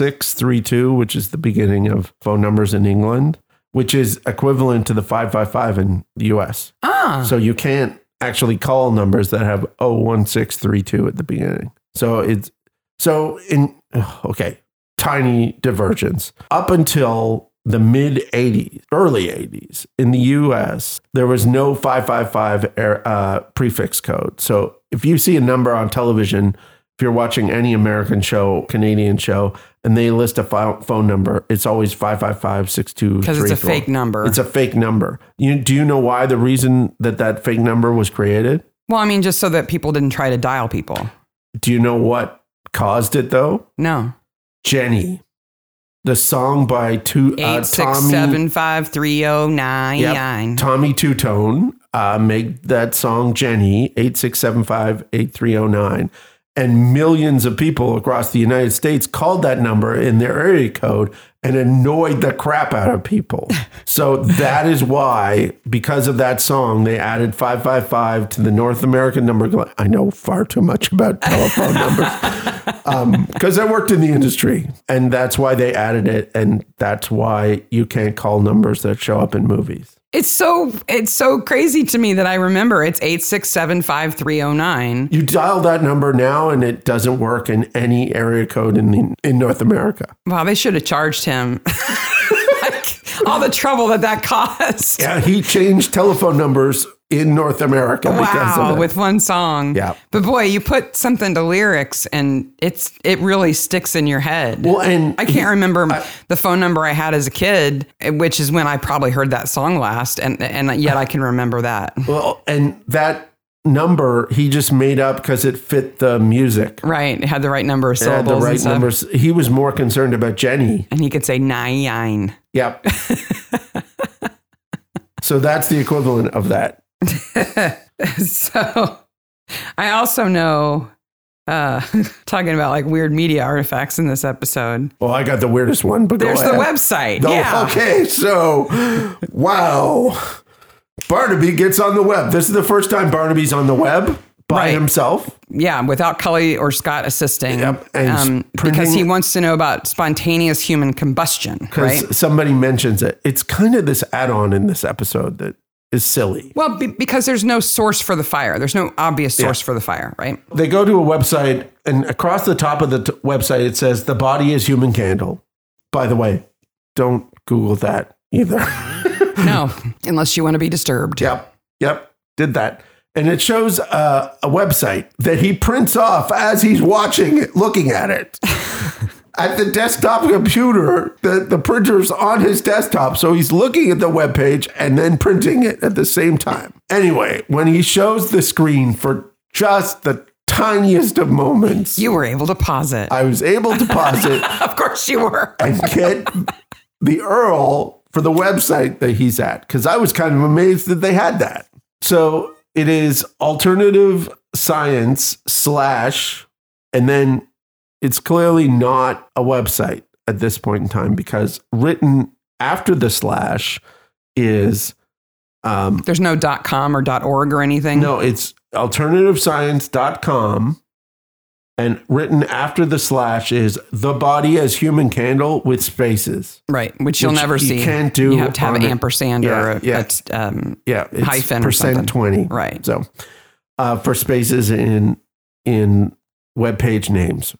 [SPEAKER 2] 01632, which is the beginning of phone numbers in England, which is equivalent to the 555 in the US.
[SPEAKER 1] Ah,
[SPEAKER 2] So you can't actually call numbers that have oh, 01632 at the beginning. So it's so in okay, tiny divergence. Up until the mid 80s, early 80s in the US, there was no 555 air- uh, prefix code. So if you see a number on television, if you're watching any American show, Canadian show, and they list a fi- phone number, it's always 555
[SPEAKER 1] because it's a fake number.
[SPEAKER 2] it's a fake number. You do you know why the reason that that fake number was created?
[SPEAKER 1] well, I mean, just so that people didn't try to dial people.
[SPEAKER 2] Do you know what caused it though?
[SPEAKER 1] No,
[SPEAKER 2] Jenny, the song by two uh,
[SPEAKER 1] eight six
[SPEAKER 2] Tommy
[SPEAKER 1] seven five three zero nine
[SPEAKER 2] Yep.
[SPEAKER 1] nine.
[SPEAKER 2] Tommy Two Tone uh, made that song Jenny eight six seven five eight three zero nine, and millions of people across the United States called that number in their area code and annoyed the crap out of people. so that is why, because of that song, they added five five five to the North American number. gl- I know far too much about telephone numbers because I worked in the industry, and that's why they added it, and that's why you can't call numbers that show up in movies.
[SPEAKER 1] It's so it's so crazy to me that I remember it's eight six seven five three zero nine.
[SPEAKER 2] You dial that number now and it doesn't work in any area code in the, in North America.
[SPEAKER 1] Wow, they should have charged him. like, all the trouble that that caused.
[SPEAKER 2] Yeah, he changed telephone numbers in North America because
[SPEAKER 1] Wow,
[SPEAKER 2] of it.
[SPEAKER 1] with one song.
[SPEAKER 2] Yeah.
[SPEAKER 1] But boy, you put something to lyrics and it's it really sticks in your head.
[SPEAKER 2] well, and
[SPEAKER 1] I can't remember the phone number I had as a kid, eh, which is when I probably heard that song last and and yet I can remember that.
[SPEAKER 2] well, and that number he just made up because it fit the music.
[SPEAKER 1] Right, it had the right number of
[SPEAKER 2] It had
[SPEAKER 1] syllables
[SPEAKER 2] the
[SPEAKER 1] and
[SPEAKER 2] right
[SPEAKER 1] stuff.
[SPEAKER 2] numbers. He was more concerned about Jenny.
[SPEAKER 1] And he could say nine.
[SPEAKER 2] Yep. so that's the equivalent of that.
[SPEAKER 1] so I also know uh talking about like weird media artifacts in this episode.
[SPEAKER 2] Well, I got the weirdest one, but go
[SPEAKER 1] There's the
[SPEAKER 2] ahead.
[SPEAKER 1] website.
[SPEAKER 2] No,
[SPEAKER 1] yeah.
[SPEAKER 2] Okay, so wow. Barnaby gets on the web. This is the first time Barnaby's on the web. by
[SPEAKER 1] Right.
[SPEAKER 2] himself.
[SPEAKER 1] Yeah, without Cully or Scott assisting. um,
[SPEAKER 2] Yep, and
[SPEAKER 1] because
[SPEAKER 2] printing-
[SPEAKER 1] he wants to know about spontaneous human combustion, right?
[SPEAKER 2] Because somebody mentions it. It's kind of this add on in this episode that is silly.
[SPEAKER 1] Well, be- because there's no source for the fire. There's no obvious source for the fire, right?
[SPEAKER 2] They go to a website, and across the top of the t- website, it says, The body is human candle. By the way, don't Google that either.
[SPEAKER 1] No, unless you want to be disturbed.
[SPEAKER 2] Yep. Yep. Did that. And it shows uh, a website that he prints off as he's watching it, looking at it. at the desktop computer, the, the printer's on his desktop. So he's looking at the webpage and then printing it at the same time. Anyway, when he shows the screen for just the tiniest of moments,
[SPEAKER 1] You were able to pause it.
[SPEAKER 2] I was able to pause it
[SPEAKER 1] of course you were.
[SPEAKER 2] and get the Earl for the website that he's at. Cause I was kind of amazed that they had that. So it is alternative science slash, and then it's clearly not a website at this point in time because written after the slash is um,
[SPEAKER 1] There's no dot .com or dot .org or anything.
[SPEAKER 2] no, it's alternativescience.com. And written after the slash is the body as human candle with spaces.
[SPEAKER 1] Right, which you'll
[SPEAKER 2] Which
[SPEAKER 1] never
[SPEAKER 2] you
[SPEAKER 1] see.
[SPEAKER 2] can't do
[SPEAKER 1] You have to have
[SPEAKER 2] on
[SPEAKER 1] an
[SPEAKER 2] a-
[SPEAKER 1] ampersand
[SPEAKER 2] Yeah,
[SPEAKER 1] or a,
[SPEAKER 2] yeah.
[SPEAKER 1] that's, um,
[SPEAKER 2] Yeah, it's
[SPEAKER 1] Hyphen or
[SPEAKER 2] percent
[SPEAKER 1] something.
[SPEAKER 2] twenty.
[SPEAKER 1] right.
[SPEAKER 2] So uh, for spaces in in web page names,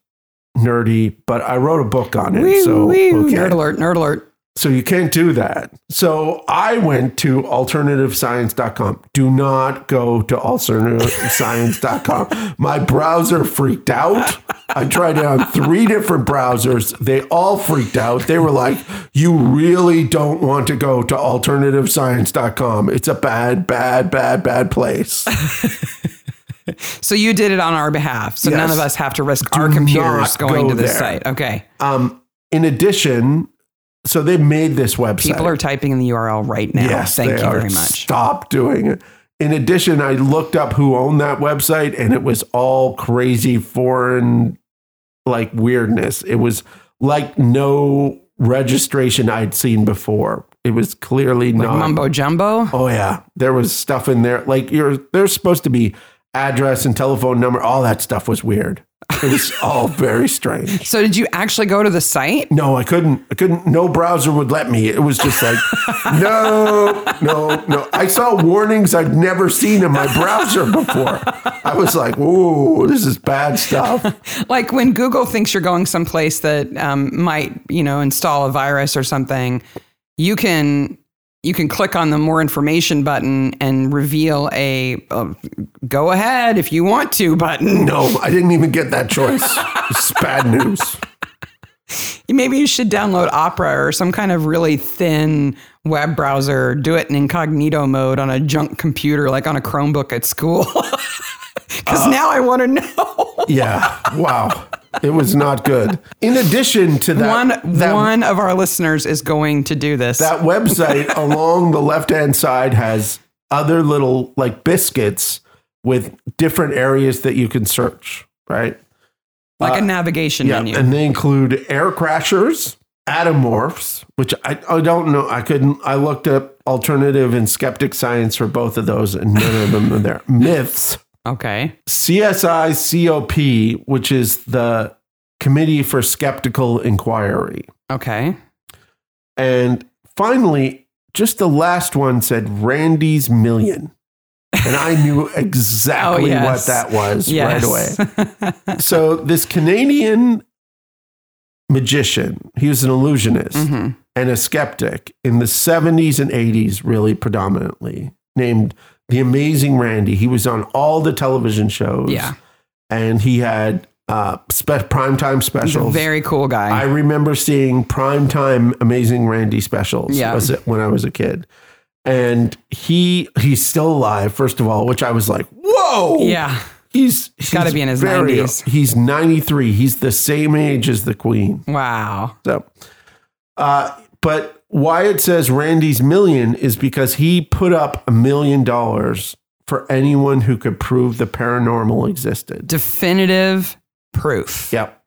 [SPEAKER 2] nerdy. But I wrote a book on it,
[SPEAKER 1] Wee,
[SPEAKER 2] so
[SPEAKER 1] wee,
[SPEAKER 2] okay.
[SPEAKER 1] Nerd alert, nerd alert.
[SPEAKER 2] So you can't do that. So I went to alternativescience.com. Do not go to alternativescience.com. My browser freaked out. I tried it on three different browsers. They all freaked out. They were like, you really don't want to go to alternativescience.com. It's a bad, bad, bad, bad place.
[SPEAKER 1] So you did it on our behalf. So none
[SPEAKER 2] Yes.
[SPEAKER 1] of us have to risk
[SPEAKER 2] Do
[SPEAKER 1] our computers
[SPEAKER 2] not
[SPEAKER 1] going
[SPEAKER 2] go
[SPEAKER 1] to this
[SPEAKER 2] there.
[SPEAKER 1] site. Okay.
[SPEAKER 2] Um, in addition, so they made this website.
[SPEAKER 1] People are typing in the URL right now. Thank
[SPEAKER 2] they
[SPEAKER 1] you
[SPEAKER 2] are.
[SPEAKER 1] very much.
[SPEAKER 2] Stop doing it. In addition, I looked up who owned that website and it was all crazy foreign like weirdness. It was like no registration I'd seen before. It was clearly not
[SPEAKER 1] Mumbo jumbo.
[SPEAKER 2] Oh yeah, there was stuff in there. Like you're there's supposed to be address and telephone number. All that stuff was weird. It was all very strange.
[SPEAKER 1] So did you actually go to the site?
[SPEAKER 2] No, I couldn't. I couldn't. No browser would let me. It was just like, no, no, no. I saw warnings I've never seen in my browser before. I was like, whoa, this is bad stuff.
[SPEAKER 1] Like when Google thinks you're going someplace that um, might, you know, install a virus or something, you can you can click on the more information button and reveal a, uh go ahead if you want to button.
[SPEAKER 2] No, I didn't even get that choice. It's bad news.
[SPEAKER 1] Maybe you should download Opera or some kind of really thin web browser. Do it in incognito mode on a junk computer, like on a Chromebook at school. Because
[SPEAKER 2] Uh,
[SPEAKER 1] now I want to know.
[SPEAKER 2] Yeah. Wow. It was not good. In addition to that,
[SPEAKER 1] One
[SPEAKER 2] that
[SPEAKER 1] one of our listeners is going to do this.
[SPEAKER 2] that website along the left hand side has other little like biscuits with different areas that you can search, right?
[SPEAKER 1] like a navigation menu.
[SPEAKER 2] uh, And they include air crashers, atomorphs, which I, I don't know. I couldn't, I looked up alternative and skeptic science for both of those, and none of them are there. Myths,
[SPEAKER 1] okay.
[SPEAKER 2] CSI COP, which is the Committee for Skeptical Inquiry.
[SPEAKER 1] Okay.
[SPEAKER 2] And finally, just the last one said Randy's Million. And I knew exactly
[SPEAKER 1] Oh, yes.
[SPEAKER 2] what that was
[SPEAKER 1] Yes.
[SPEAKER 2] right away.
[SPEAKER 1] away.
[SPEAKER 2] So, this Canadian magician, he was an illusionist
[SPEAKER 1] Mm-hmm.
[SPEAKER 2] and a skeptic in the 70s and 80s, really predominantly, named the amazing Randy. He was on all the television shows.
[SPEAKER 1] Yeah.
[SPEAKER 2] And he had uh, spe- primetime
[SPEAKER 1] He's a
[SPEAKER 2] specials.
[SPEAKER 1] very cool
[SPEAKER 2] I
[SPEAKER 1] guy.
[SPEAKER 2] remember seeing primetime Amazing Randy specials
[SPEAKER 1] Yeah.
[SPEAKER 2] was it, when I was a kid. And he he's still alive, first of all, which I was like, whoa.
[SPEAKER 1] yeah.
[SPEAKER 2] He's, he's
[SPEAKER 1] gotta be in his 90s.
[SPEAKER 2] He's 93. He's the same age as the Queen.
[SPEAKER 1] Wow.
[SPEAKER 2] So, uh, but why it says Randy's million is because he put up a million dollars for anyone who could prove the paranormal existed.
[SPEAKER 1] Definitive proof.
[SPEAKER 2] Yep.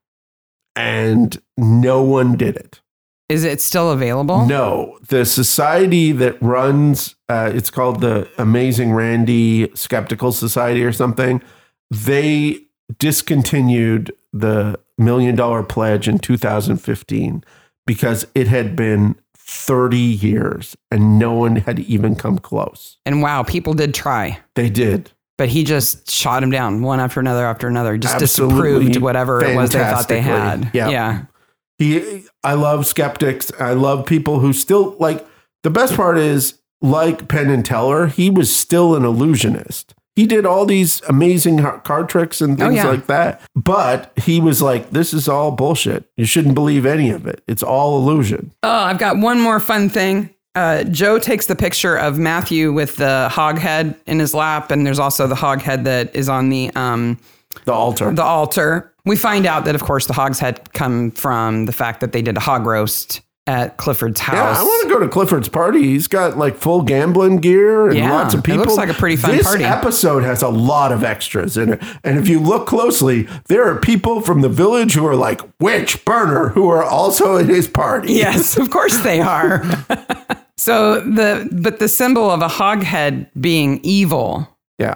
[SPEAKER 2] And no one did it.
[SPEAKER 1] Is it still available?
[SPEAKER 2] No, the society that runs uh, it's called the Amazing Randy Skeptical Society or something. they discontinued the million dollar pledge in 2015 because it had been 30 years and no one had even come close.
[SPEAKER 1] And wow, people did try,
[SPEAKER 2] They did.
[SPEAKER 1] but he just shot him down one after another after another. Just
[SPEAKER 2] Absolutely
[SPEAKER 1] disproved whatever it was they thought they had.
[SPEAKER 2] fantastically. Yeah.
[SPEAKER 1] yeah.
[SPEAKER 2] He I love skeptics. I love people who still like the best part is like Penn and Teller, he was still an illusionist. He did all these amazing ha- card tricks and
[SPEAKER 1] Oh,
[SPEAKER 2] things
[SPEAKER 1] yeah.
[SPEAKER 2] like that. But he was like, this is all bullshit. You shouldn't believe any of it. It's all illusion.
[SPEAKER 1] Oh, I've got one more fun thing. Uh, Joe takes the picture of Matthew with the hog head in his lap, and there's also the hog head that is on the um,
[SPEAKER 2] The altar.
[SPEAKER 1] the altar. We find out that, of course, the hogs had come from the fact that they did a hog roast at Clifford's house.
[SPEAKER 2] yeah, I want to go to Clifford's party. He's got like full gambling gear and
[SPEAKER 1] Yeah,
[SPEAKER 2] lots of
[SPEAKER 1] it looks
[SPEAKER 2] people.
[SPEAKER 1] like a pretty fun
[SPEAKER 2] this
[SPEAKER 1] party.
[SPEAKER 2] episode has a lot of extras in it. And if you look closely, there are people from the village who are like witch burner who are also at his party.
[SPEAKER 1] Yes, of course they are. so the but the symbol of a hog head being evil
[SPEAKER 2] Yeah.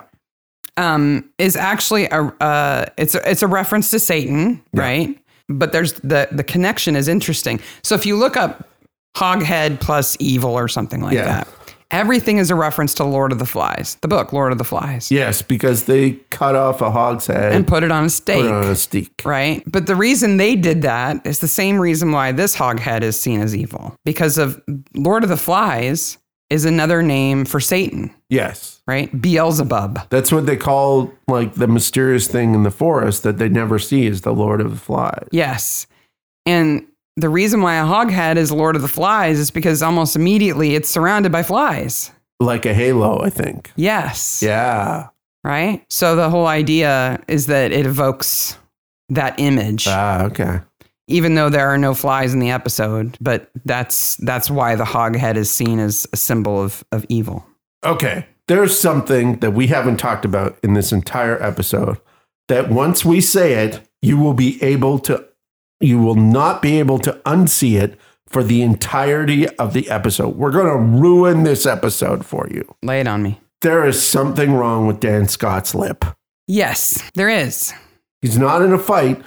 [SPEAKER 1] um, is actually a uh, it's a, it's a reference to Satan, right? But there's the the connection is interesting. So if you look up hoghead plus evil or something like
[SPEAKER 2] Yeah.
[SPEAKER 1] that, everything is a reference to Lord of the Flies, the book Lord of the Flies,
[SPEAKER 2] Yes, because they cut off a hog's head
[SPEAKER 1] and put it on a stake.
[SPEAKER 2] put it on a steak.
[SPEAKER 1] Right. But the reason they did that is the same reason why this hoghead is seen as evil because of Lord of the Flies is another name for Satan,
[SPEAKER 2] Yes.
[SPEAKER 1] right? Beelzebub.
[SPEAKER 2] That's what they call like the mysterious thing in the forest that they never see is the Lord of the Flies.
[SPEAKER 1] Yes. And the reason why a hoghead is Lord of the Flies is because almost immediately it's surrounded by flies.
[SPEAKER 2] Like a halo, I think.
[SPEAKER 1] Yes.
[SPEAKER 2] Yeah.
[SPEAKER 1] Right. So the whole idea is that it evokes that image,
[SPEAKER 2] Ah, okay.
[SPEAKER 1] even though there are no flies in the episode. But that's that's why the hoghead is seen as a symbol of, of evil.
[SPEAKER 2] Okay. There's something that we haven't talked about in this entire episode that once we say it, you will be able to, you will not be able to unsee it for the entirety of the episode. We're going to ruin this episode for you.
[SPEAKER 1] Lay it on me.
[SPEAKER 2] There is something wrong with Dan Scott's lip.
[SPEAKER 1] Yes, there is.
[SPEAKER 2] He's not in a fight.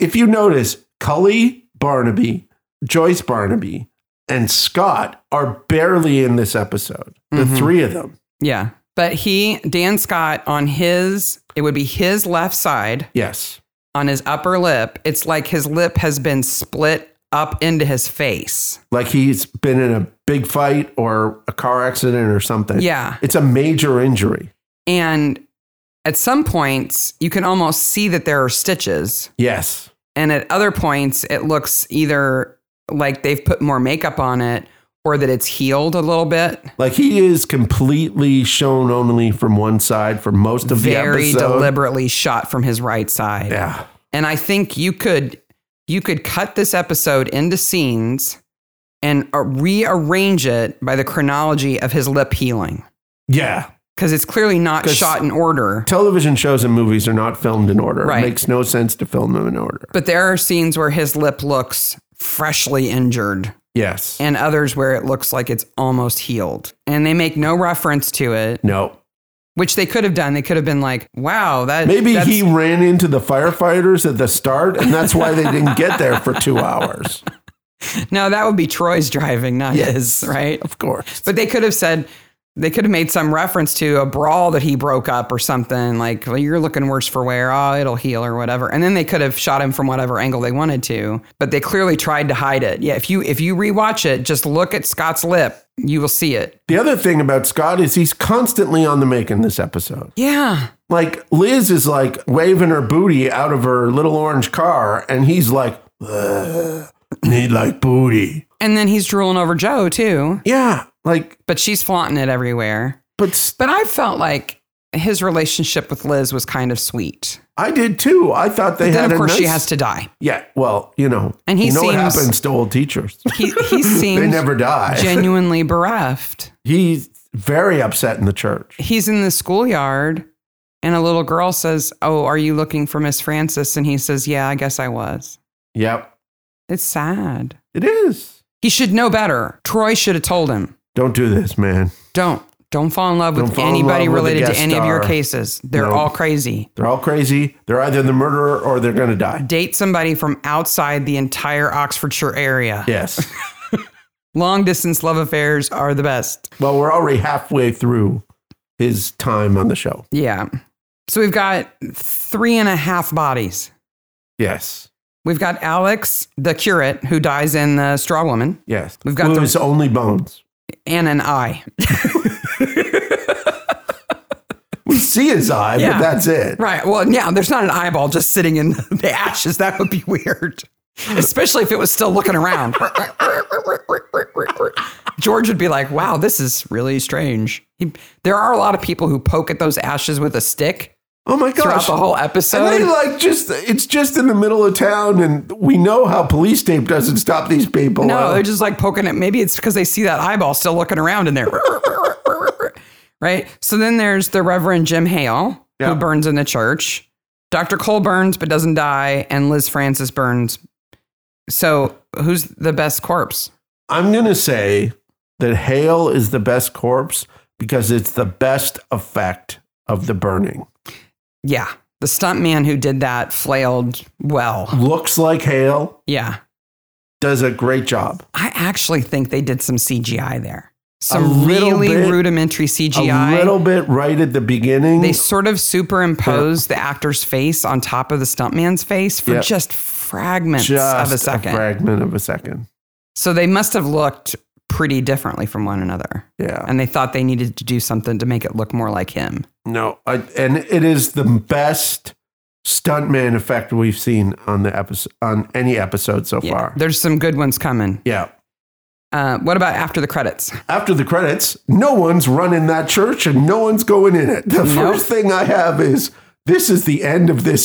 [SPEAKER 2] If you notice, Cully Barnaby, Joyce Barnaby, and Scott are barely in this episode, the
[SPEAKER 1] Mhm.
[SPEAKER 2] three of them.
[SPEAKER 1] Yeah. But he, Dan Scott, on his, it would be his left side
[SPEAKER 2] Yes.
[SPEAKER 1] on his upper lip. It's like his lip has been split up into his face.
[SPEAKER 2] like he's been in a big fight or a car accident or something.
[SPEAKER 1] Yeah.
[SPEAKER 2] It's a major injury.
[SPEAKER 1] And at some points, you can almost see that there are stitches.
[SPEAKER 2] Yes.
[SPEAKER 1] And at other points, it looks either like they've put more makeup on it or that it's healed a little bit.
[SPEAKER 2] Like he is completely shown only from one side for most of
[SPEAKER 1] Very
[SPEAKER 2] the episode.
[SPEAKER 1] deliberately shot from his right side.
[SPEAKER 2] Yeah.
[SPEAKER 1] And I think you could you could cut this episode into scenes and uh, rearrange it by the chronology of his lip healing
[SPEAKER 2] Yeah.
[SPEAKER 1] because it's clearly not
[SPEAKER 2] 'Cause-
[SPEAKER 1] shot in order.
[SPEAKER 2] Television shows and movies are not filmed in order.
[SPEAKER 1] Right.
[SPEAKER 2] It makes no sense to film them in order.
[SPEAKER 1] But there are scenes where his lip looks freshly injured
[SPEAKER 2] Yes.
[SPEAKER 1] and others where it looks like it's almost healed. And they make no reference to it,
[SPEAKER 2] no.
[SPEAKER 1] which they could have done. They could have been like, "Wow, that
[SPEAKER 2] Maybe
[SPEAKER 1] that's-
[SPEAKER 2] he ran into the firefighters at the start and that's why they didn't get there for 2 hours.
[SPEAKER 1] No, that would be Troy's driving, not
[SPEAKER 2] Yes.
[SPEAKER 1] his, right?
[SPEAKER 2] Of course.
[SPEAKER 1] But they could have said, they could have made some reference to a brawl that he broke up or something like, well, you're looking worse for wear. Oh, it'll heal or whatever. And then they could have shot him from whatever angle they wanted to, but they clearly tried to hide it. Yeah. If you, if you rewatch it, just look at Scott's lip, you will see it.
[SPEAKER 2] The other thing about Scott is he's constantly on the make in this episode.
[SPEAKER 1] Yeah.
[SPEAKER 2] Like Liz is like waving her booty out of her little orange car, and he's like, "Ugh, need like booty.
[SPEAKER 1] And then he's drooling over Joe too,
[SPEAKER 2] Yeah, like,
[SPEAKER 1] but she's flaunting it everywhere.
[SPEAKER 2] but s-
[SPEAKER 1] But I felt like his relationship with Liz was kind of sweet.
[SPEAKER 2] I did too. I thought they
[SPEAKER 1] Then
[SPEAKER 2] had
[SPEAKER 1] of course
[SPEAKER 2] a nice,
[SPEAKER 1] she has to die.
[SPEAKER 2] Yeah, well, you know,
[SPEAKER 1] And he
[SPEAKER 2] you know what
[SPEAKER 1] seems-
[SPEAKER 2] happens to old teachers.
[SPEAKER 1] He, he
[SPEAKER 2] they
[SPEAKER 1] seems
[SPEAKER 2] never die.
[SPEAKER 1] genuinely bereft.
[SPEAKER 2] he's very upset in the church.
[SPEAKER 1] he's in the schoolyard and a little girl says, Oh, are you looking for Miss Francis? And he says, Yeah, I guess I was.
[SPEAKER 2] Yep,
[SPEAKER 1] It's sad.
[SPEAKER 2] it is.
[SPEAKER 1] He should know better. Troy should have told him,
[SPEAKER 2] Don't do this, man.
[SPEAKER 1] Don't, Don't fall in love
[SPEAKER 2] Don't
[SPEAKER 1] with
[SPEAKER 2] fall in
[SPEAKER 1] anybody
[SPEAKER 2] love with a
[SPEAKER 1] related to
[SPEAKER 2] guest
[SPEAKER 1] any of your
[SPEAKER 2] star.
[SPEAKER 1] cases. They're
[SPEAKER 2] No.
[SPEAKER 1] all crazy.
[SPEAKER 2] They're all crazy. They're either the murderer or they're going to die.
[SPEAKER 1] Date somebody from outside the entire Oxfordshire area.
[SPEAKER 2] Yes.
[SPEAKER 1] Long distance love affairs are the best.
[SPEAKER 2] well, we're already halfway through his time on the show.
[SPEAKER 1] Yeah. So we've got three and a half bodies.
[SPEAKER 2] Yes.
[SPEAKER 1] We've got Alex, the curate, who dies in the Straw Woman,
[SPEAKER 2] Yes.
[SPEAKER 1] We've got the-
[SPEAKER 2] his only bones.
[SPEAKER 1] and an eye.
[SPEAKER 2] We see his eye,
[SPEAKER 1] Yeah.
[SPEAKER 2] but that's it.
[SPEAKER 1] Right. Well, yeah, there's not an eyeball just sitting in the ashes. That would be weird, especially if it was still looking around. George would be like, wow, this is really strange. He, there are a lot of people who poke at those ashes with a stick
[SPEAKER 2] Oh my
[SPEAKER 1] throughout
[SPEAKER 2] gosh.
[SPEAKER 1] the whole
[SPEAKER 2] And they
[SPEAKER 1] episode.
[SPEAKER 2] like just it's just in the middle of town and we know how police tape doesn't stop these people.
[SPEAKER 1] no, they're just like poking at maybe it's because they see that eyeball still looking around in there. right. So then there's the Reverend Jim Hale,
[SPEAKER 2] Yeah.
[SPEAKER 1] who burns in the church. Dr. Cole burns but doesn't die, and Liz Francis burns. So who's the best corpse?
[SPEAKER 2] I'm gonna say that Hale is the best corpse because it's the best effect of the burning.
[SPEAKER 1] Yeah. The stunt man who did that flailed well.
[SPEAKER 2] Looks like Hale,
[SPEAKER 1] Yeah.
[SPEAKER 2] does a great job.
[SPEAKER 1] I actually think they did some CGI there. Some
[SPEAKER 2] little
[SPEAKER 1] really
[SPEAKER 2] bit.
[SPEAKER 1] rudimentary CGI.
[SPEAKER 2] A little bit right at the beginning.
[SPEAKER 1] they sort of superimposed the actor's face on top of the stuntman's face for
[SPEAKER 2] Yep.
[SPEAKER 1] just fragments of a second.
[SPEAKER 2] fragment of a second.
[SPEAKER 1] so they must have looked pretty differently from one another.
[SPEAKER 2] Yeah.
[SPEAKER 1] And they thought they needed to do something to make it look more like him.
[SPEAKER 2] No, I, and it is the best stuntman effect we've seen on the episode on any episode so
[SPEAKER 1] Yeah.
[SPEAKER 2] far.
[SPEAKER 1] There's some good ones coming.
[SPEAKER 2] yeah.
[SPEAKER 1] Uh, what about after the credits?
[SPEAKER 2] After the credits, no one's running that church and no one's going in it. The first thing I have is this is the end of this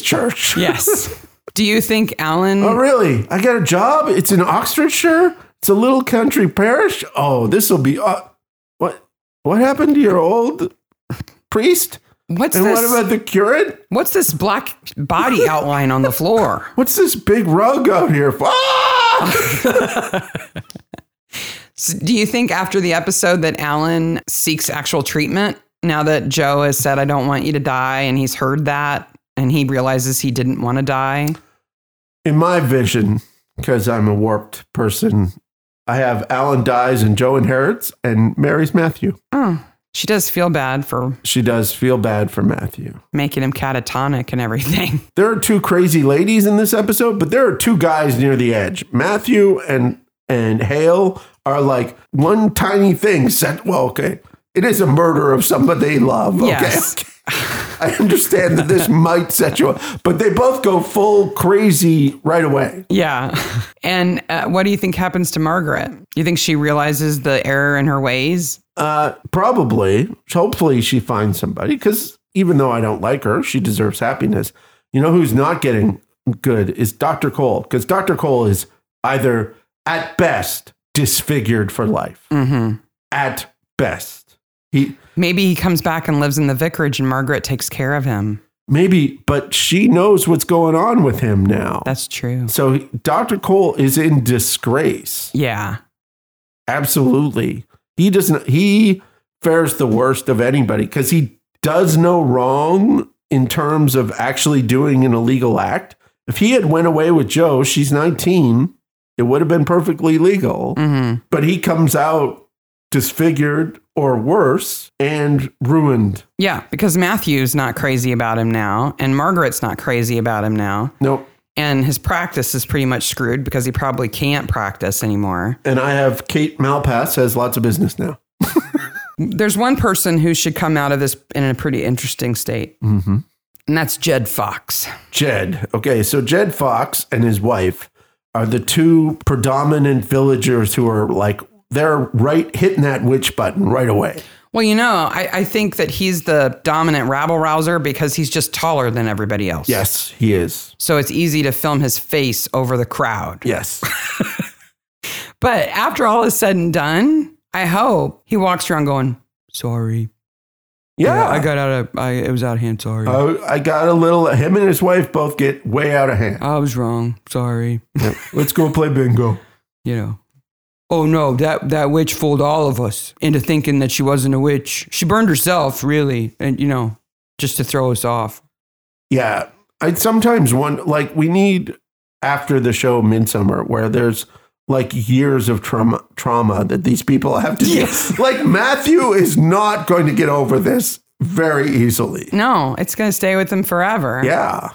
[SPEAKER 2] church.
[SPEAKER 1] Yes. do you think Alan?
[SPEAKER 2] Oh, really? I got a job. It's in Oxfordshire. It's a little country parish. Oh, this will be uh, what? What happened to your old priest?
[SPEAKER 1] what's
[SPEAKER 2] And
[SPEAKER 1] this?
[SPEAKER 2] what about the curate?
[SPEAKER 1] what's this black body outline on the floor?
[SPEAKER 2] What's this big rug out here for? Ah!
[SPEAKER 1] So do you think after the episode that Alan seeks actual treatment now that Joe has said, I don't want you to die, and he's heard that and he realizes he didn't want to die?
[SPEAKER 2] In my vision, because I'm a warped person, I have Alan dies and Joe inherits and marries Matthew.
[SPEAKER 1] Oh, she does feel bad for
[SPEAKER 2] She does feel bad for Matthew.
[SPEAKER 1] making him catatonic and everything.
[SPEAKER 2] There are two crazy ladies in this episode, but there are two guys near the edge. Matthew and and Hale are like one tiny thing set. Well, okay, it is a murder of somebody they love. Okay.
[SPEAKER 1] Yes.
[SPEAKER 2] I understand that this might set you up, but they both go full crazy right away.
[SPEAKER 1] Yeah. And uh, what do you think happens to Margaret? You think she realizes the error in her ways?
[SPEAKER 2] Uh, probably. Hopefully, she finds somebody because even though I don't like her, she deserves happiness. You know who's not getting good is Dr. Cole because Dr. Cole is either at best disfigured for life,
[SPEAKER 1] Mm-hmm.
[SPEAKER 2] at best. He
[SPEAKER 1] Maybe he comes back and lives in the vicarage and Margaret takes care of him.
[SPEAKER 2] maybe, but she knows what's going on with him now.
[SPEAKER 1] That's true.
[SPEAKER 2] so Dr. Cole is in disgrace.
[SPEAKER 1] Yeah.
[SPEAKER 2] Absolutely. He doesn't he fares the worst of anybody because he does no wrong in terms of actually doing an illegal act. If he had went away with Joe, she's 19, it would have been perfectly legal.
[SPEAKER 1] Mm-hmm.
[SPEAKER 2] But he comes out disfigured or worse and ruined.
[SPEAKER 1] Yeah, because Matthew's not crazy about him now, and Margaret's not crazy about him now,
[SPEAKER 2] Nope.
[SPEAKER 1] and his practice is pretty much screwed because he probably can't practice anymore.
[SPEAKER 2] And I have Kate Malpass has lots of business now.
[SPEAKER 1] There's one person who should come out of this in a pretty interesting state,
[SPEAKER 2] Mm-hmm.
[SPEAKER 1] and that's Jed Fox.
[SPEAKER 2] Jed. Okay, so Jed Fox and his wife are the two predominant villagers who are like they're right hitting that witch button right away.
[SPEAKER 1] Well, you know, I, I think that he's the dominant rabble rouser because he's just taller than everybody else.
[SPEAKER 2] Yes, he is.
[SPEAKER 1] So it's easy to film his face over the crowd.
[SPEAKER 2] Yes.
[SPEAKER 1] But after all is said and done, I hope he walks around going, sorry.
[SPEAKER 2] Yeah. Oh.
[SPEAKER 1] I got out of, I, it was out of hand. Sorry.
[SPEAKER 2] I, I got a little him and his wife both get way out of hand.
[SPEAKER 1] I was wrong. Sorry.
[SPEAKER 2] Let's go play bingo.
[SPEAKER 1] You know, oh no, that, that witch fooled all of us into thinking that she wasn't a witch. She burned herself, really, and you know, just to throw us off.
[SPEAKER 2] Yeah. I sometimes wonder, like, we need after the show Midsummer, where there's like years of trauma, trauma that these people have to
[SPEAKER 1] Yes.
[SPEAKER 2] deal. Like, Matthew is not going to get over this very easily.
[SPEAKER 1] No, it's going to stay with him forever.
[SPEAKER 2] Yeah.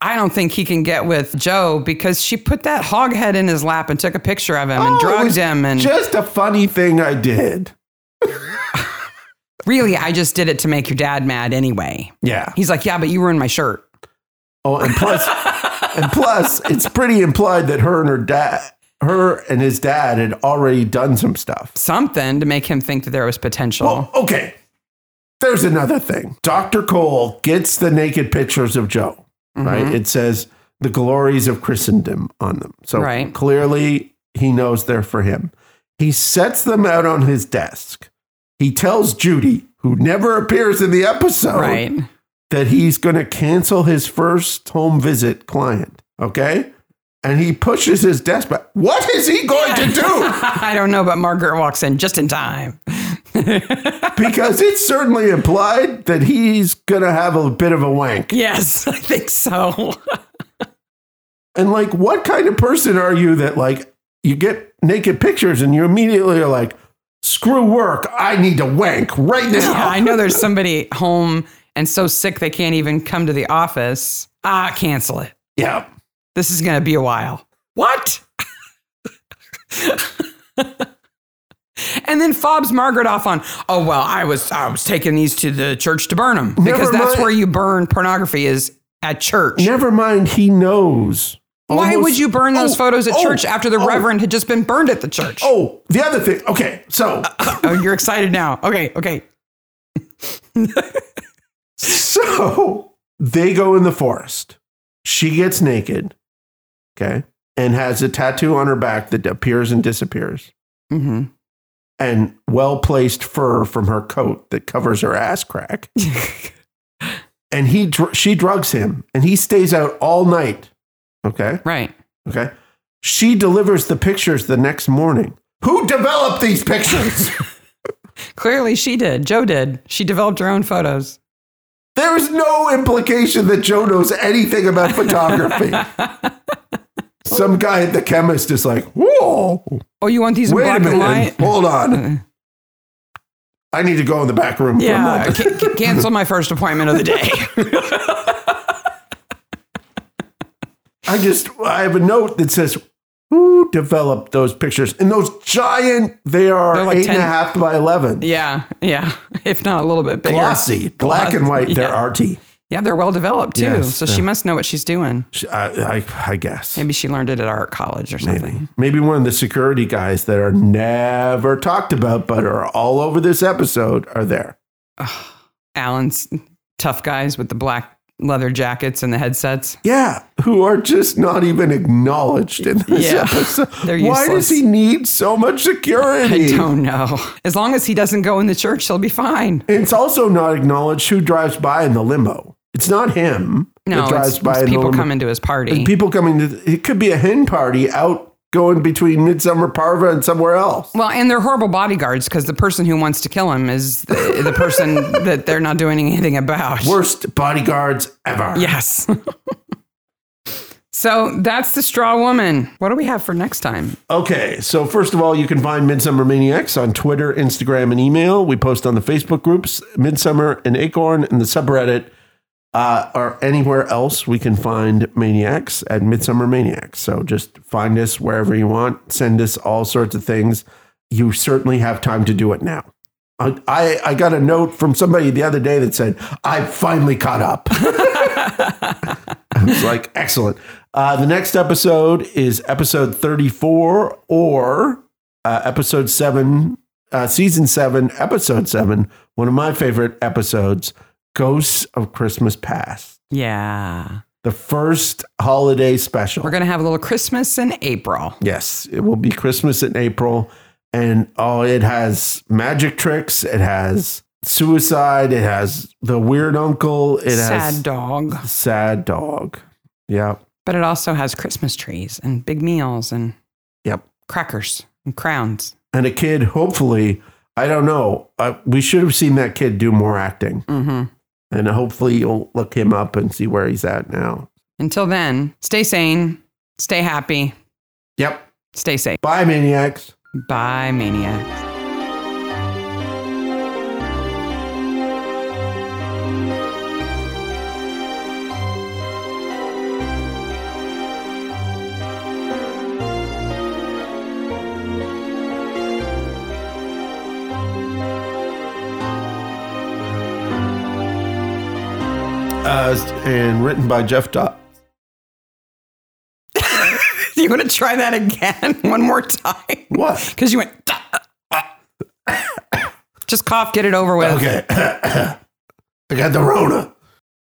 [SPEAKER 1] I don't think he can get with Joe because she put that hog head in his lap and took a picture of him
[SPEAKER 2] Oh,
[SPEAKER 1] and
[SPEAKER 2] it
[SPEAKER 1] drugged
[SPEAKER 2] was
[SPEAKER 1] him. And
[SPEAKER 2] Just a funny thing I did.
[SPEAKER 1] really, I just did it to make your dad mad anyway.
[SPEAKER 2] Yeah.
[SPEAKER 1] He's like, yeah, but you were in my shirt.
[SPEAKER 2] Oh, and plus, and plus, it's pretty implied that her and her dad, her and his dad, had already done some stuff.
[SPEAKER 1] Something to make him think that there was potential.
[SPEAKER 2] Oh, okay. There's another thing. Dr. Cole gets the naked pictures of Joe,
[SPEAKER 1] Mm-hmm.
[SPEAKER 2] right? It says the glories of Christendom on them. So
[SPEAKER 1] Right.
[SPEAKER 2] clearly he knows they're for him. He sets them out on his desk. He tells Judy, who never appears in the episode,
[SPEAKER 1] right.
[SPEAKER 2] that he's going to cancel his first home visit client. Okay. And he pushes his desk back. What is he going to do?
[SPEAKER 1] I don't know, but Margaret walks in just in time.
[SPEAKER 2] Because it's certainly implied that he's going to have a bit of a wank.
[SPEAKER 1] Yes, I think so.
[SPEAKER 2] And like, what kind of person are you that like you get naked pictures and you immediately are like, screw work. I need to wank right now.
[SPEAKER 1] Yeah, I know there's somebody home and so sick they can't even come to the office. Ah, cancel it.
[SPEAKER 2] yeah.
[SPEAKER 1] This is going to be a while. What? and then fobs Margaret off on, "Oh well, I was I was taking these to the church to burn them because
[SPEAKER 2] Never
[SPEAKER 1] that's
[SPEAKER 2] mind.
[SPEAKER 1] where you burn pornography is at church."
[SPEAKER 2] Never mind. He knows.
[SPEAKER 1] Why
[SPEAKER 2] Almost-
[SPEAKER 1] would you burn those
[SPEAKER 2] Oh,
[SPEAKER 1] photos at
[SPEAKER 2] oh,
[SPEAKER 1] church after the
[SPEAKER 2] oh,
[SPEAKER 1] reverend had just been burned at the church?
[SPEAKER 2] Oh, the other thing. Okay. So.
[SPEAKER 1] oh you're excited now. Okay, okay.
[SPEAKER 2] So they go in the forest. She gets naked, okay, and has a tattoo on her back that appears and disappears,
[SPEAKER 1] hmm
[SPEAKER 2] Mm-hmm. and well placed fur from her coat that covers her ass crack. And he, dr- she drugs him, and he stays out all night. Okay,
[SPEAKER 1] right.
[SPEAKER 2] okay. She delivers the pictures the next morning. Who developed these pictures?
[SPEAKER 1] Clearly, she did. Joe did. She developed her own photos.
[SPEAKER 2] there is no implication that Joe knows anything about photography. Some guy at the chemist is like, whoa.
[SPEAKER 1] Oh, you want these in
[SPEAKER 2] Wait
[SPEAKER 1] black
[SPEAKER 2] a minute.
[SPEAKER 1] and white? Uh,
[SPEAKER 2] Hold on. I need to go in the back room for a
[SPEAKER 1] Yeah,
[SPEAKER 2] moment.
[SPEAKER 1] can, cancel my first appointment of the day.
[SPEAKER 2] I just I have a note that says who developed those pictures? And those giant they are
[SPEAKER 1] They're like
[SPEAKER 2] eight and
[SPEAKER 1] 10
[SPEAKER 2] a half by eleven.
[SPEAKER 1] yeah, yeah. If not a little bit bigger.
[SPEAKER 2] Glossy, black and white. They're
[SPEAKER 1] Yeah.
[SPEAKER 2] arty.
[SPEAKER 1] Yeah, they're well developed too.
[SPEAKER 2] Yes,
[SPEAKER 1] so she must know what she's doing.
[SPEAKER 2] Sh- I, I, I guess
[SPEAKER 1] Maybe she learned it at art college or something.
[SPEAKER 2] maybe maybe one of the security guys that are never talked about but are all over this episode are there.
[SPEAKER 1] Alan's tough guys with the black leather jackets and the headsets.
[SPEAKER 2] Yeah, who are just not even acknowledged in this
[SPEAKER 1] Yeah.
[SPEAKER 2] episode.
[SPEAKER 1] They're
[SPEAKER 2] Why
[SPEAKER 1] useless.
[SPEAKER 2] does he need so much
[SPEAKER 1] I
[SPEAKER 2] security?
[SPEAKER 1] don't know. As long as he doesn't go in the church, he'll be fine.
[SPEAKER 2] It's also not acknowledged who drives by in the limo. It's not him
[SPEAKER 1] No,
[SPEAKER 2] that
[SPEAKER 1] it's,
[SPEAKER 2] drives by
[SPEAKER 1] it's
[SPEAKER 2] in the
[SPEAKER 1] people
[SPEAKER 2] limo.
[SPEAKER 1] coming to his party.
[SPEAKER 2] People coming to it could be a hen party out going between Midsummer Parva and somewhere else.
[SPEAKER 1] Well, and they're horrible bodyguards because the person who wants to kill him is the, the person that they're not doing anything about.
[SPEAKER 2] Worst bodyguards ever.
[SPEAKER 1] yes. so that's the straw woman. What do we have for next time?
[SPEAKER 2] Okay, so first of all, you can find Midsummer Maniacs on Twitter, Instagram, and email. We post on the Facebook groups, Midsummer and Acorn, and the subreddit, uh, or anywhere else we can find Maniacs at Midsummer Maniacs. So just find us wherever you want. Send us all sorts of things. You certainly have time to do it now. I, I, I got a note from somebody the other day that said, I finally caught up. I was like, excellent. Uh, the next episode is episode 34 or uh, episode 7, uh, season 7, episode 7, one of my favorite episodes, Ghosts of Christmas Past,
[SPEAKER 1] Yeah.
[SPEAKER 2] the first holiday special.
[SPEAKER 1] We're going to have a little Christmas in April.
[SPEAKER 2] Yes, it will be Christmas in April. And oh, it has magic tricks, it has suicide, it has the weird uncle, it
[SPEAKER 1] Sad
[SPEAKER 2] has
[SPEAKER 1] dog.
[SPEAKER 2] sad dog. Yeah.
[SPEAKER 1] But it also has Christmas trees and big meals and
[SPEAKER 2] Yep.
[SPEAKER 1] crackers and crowns.
[SPEAKER 2] and a kid hopefully i don't know uh, we should have seen that kid do more acting
[SPEAKER 1] Mm-hmm.
[SPEAKER 2] and hopefully you'll look him up and see where he's at now
[SPEAKER 1] Until then, stay sane, stay happy,
[SPEAKER 2] yep
[SPEAKER 1] stay safe.
[SPEAKER 2] bye maniacs
[SPEAKER 1] Bye, maniacs.
[SPEAKER 2] uh, and written by jeff Dot.
[SPEAKER 1] You want to try that again one more time?
[SPEAKER 2] what
[SPEAKER 1] Because you went. uh, "Ah, ah, ah." Just cough, get it over with.
[SPEAKER 2] okay i got the rona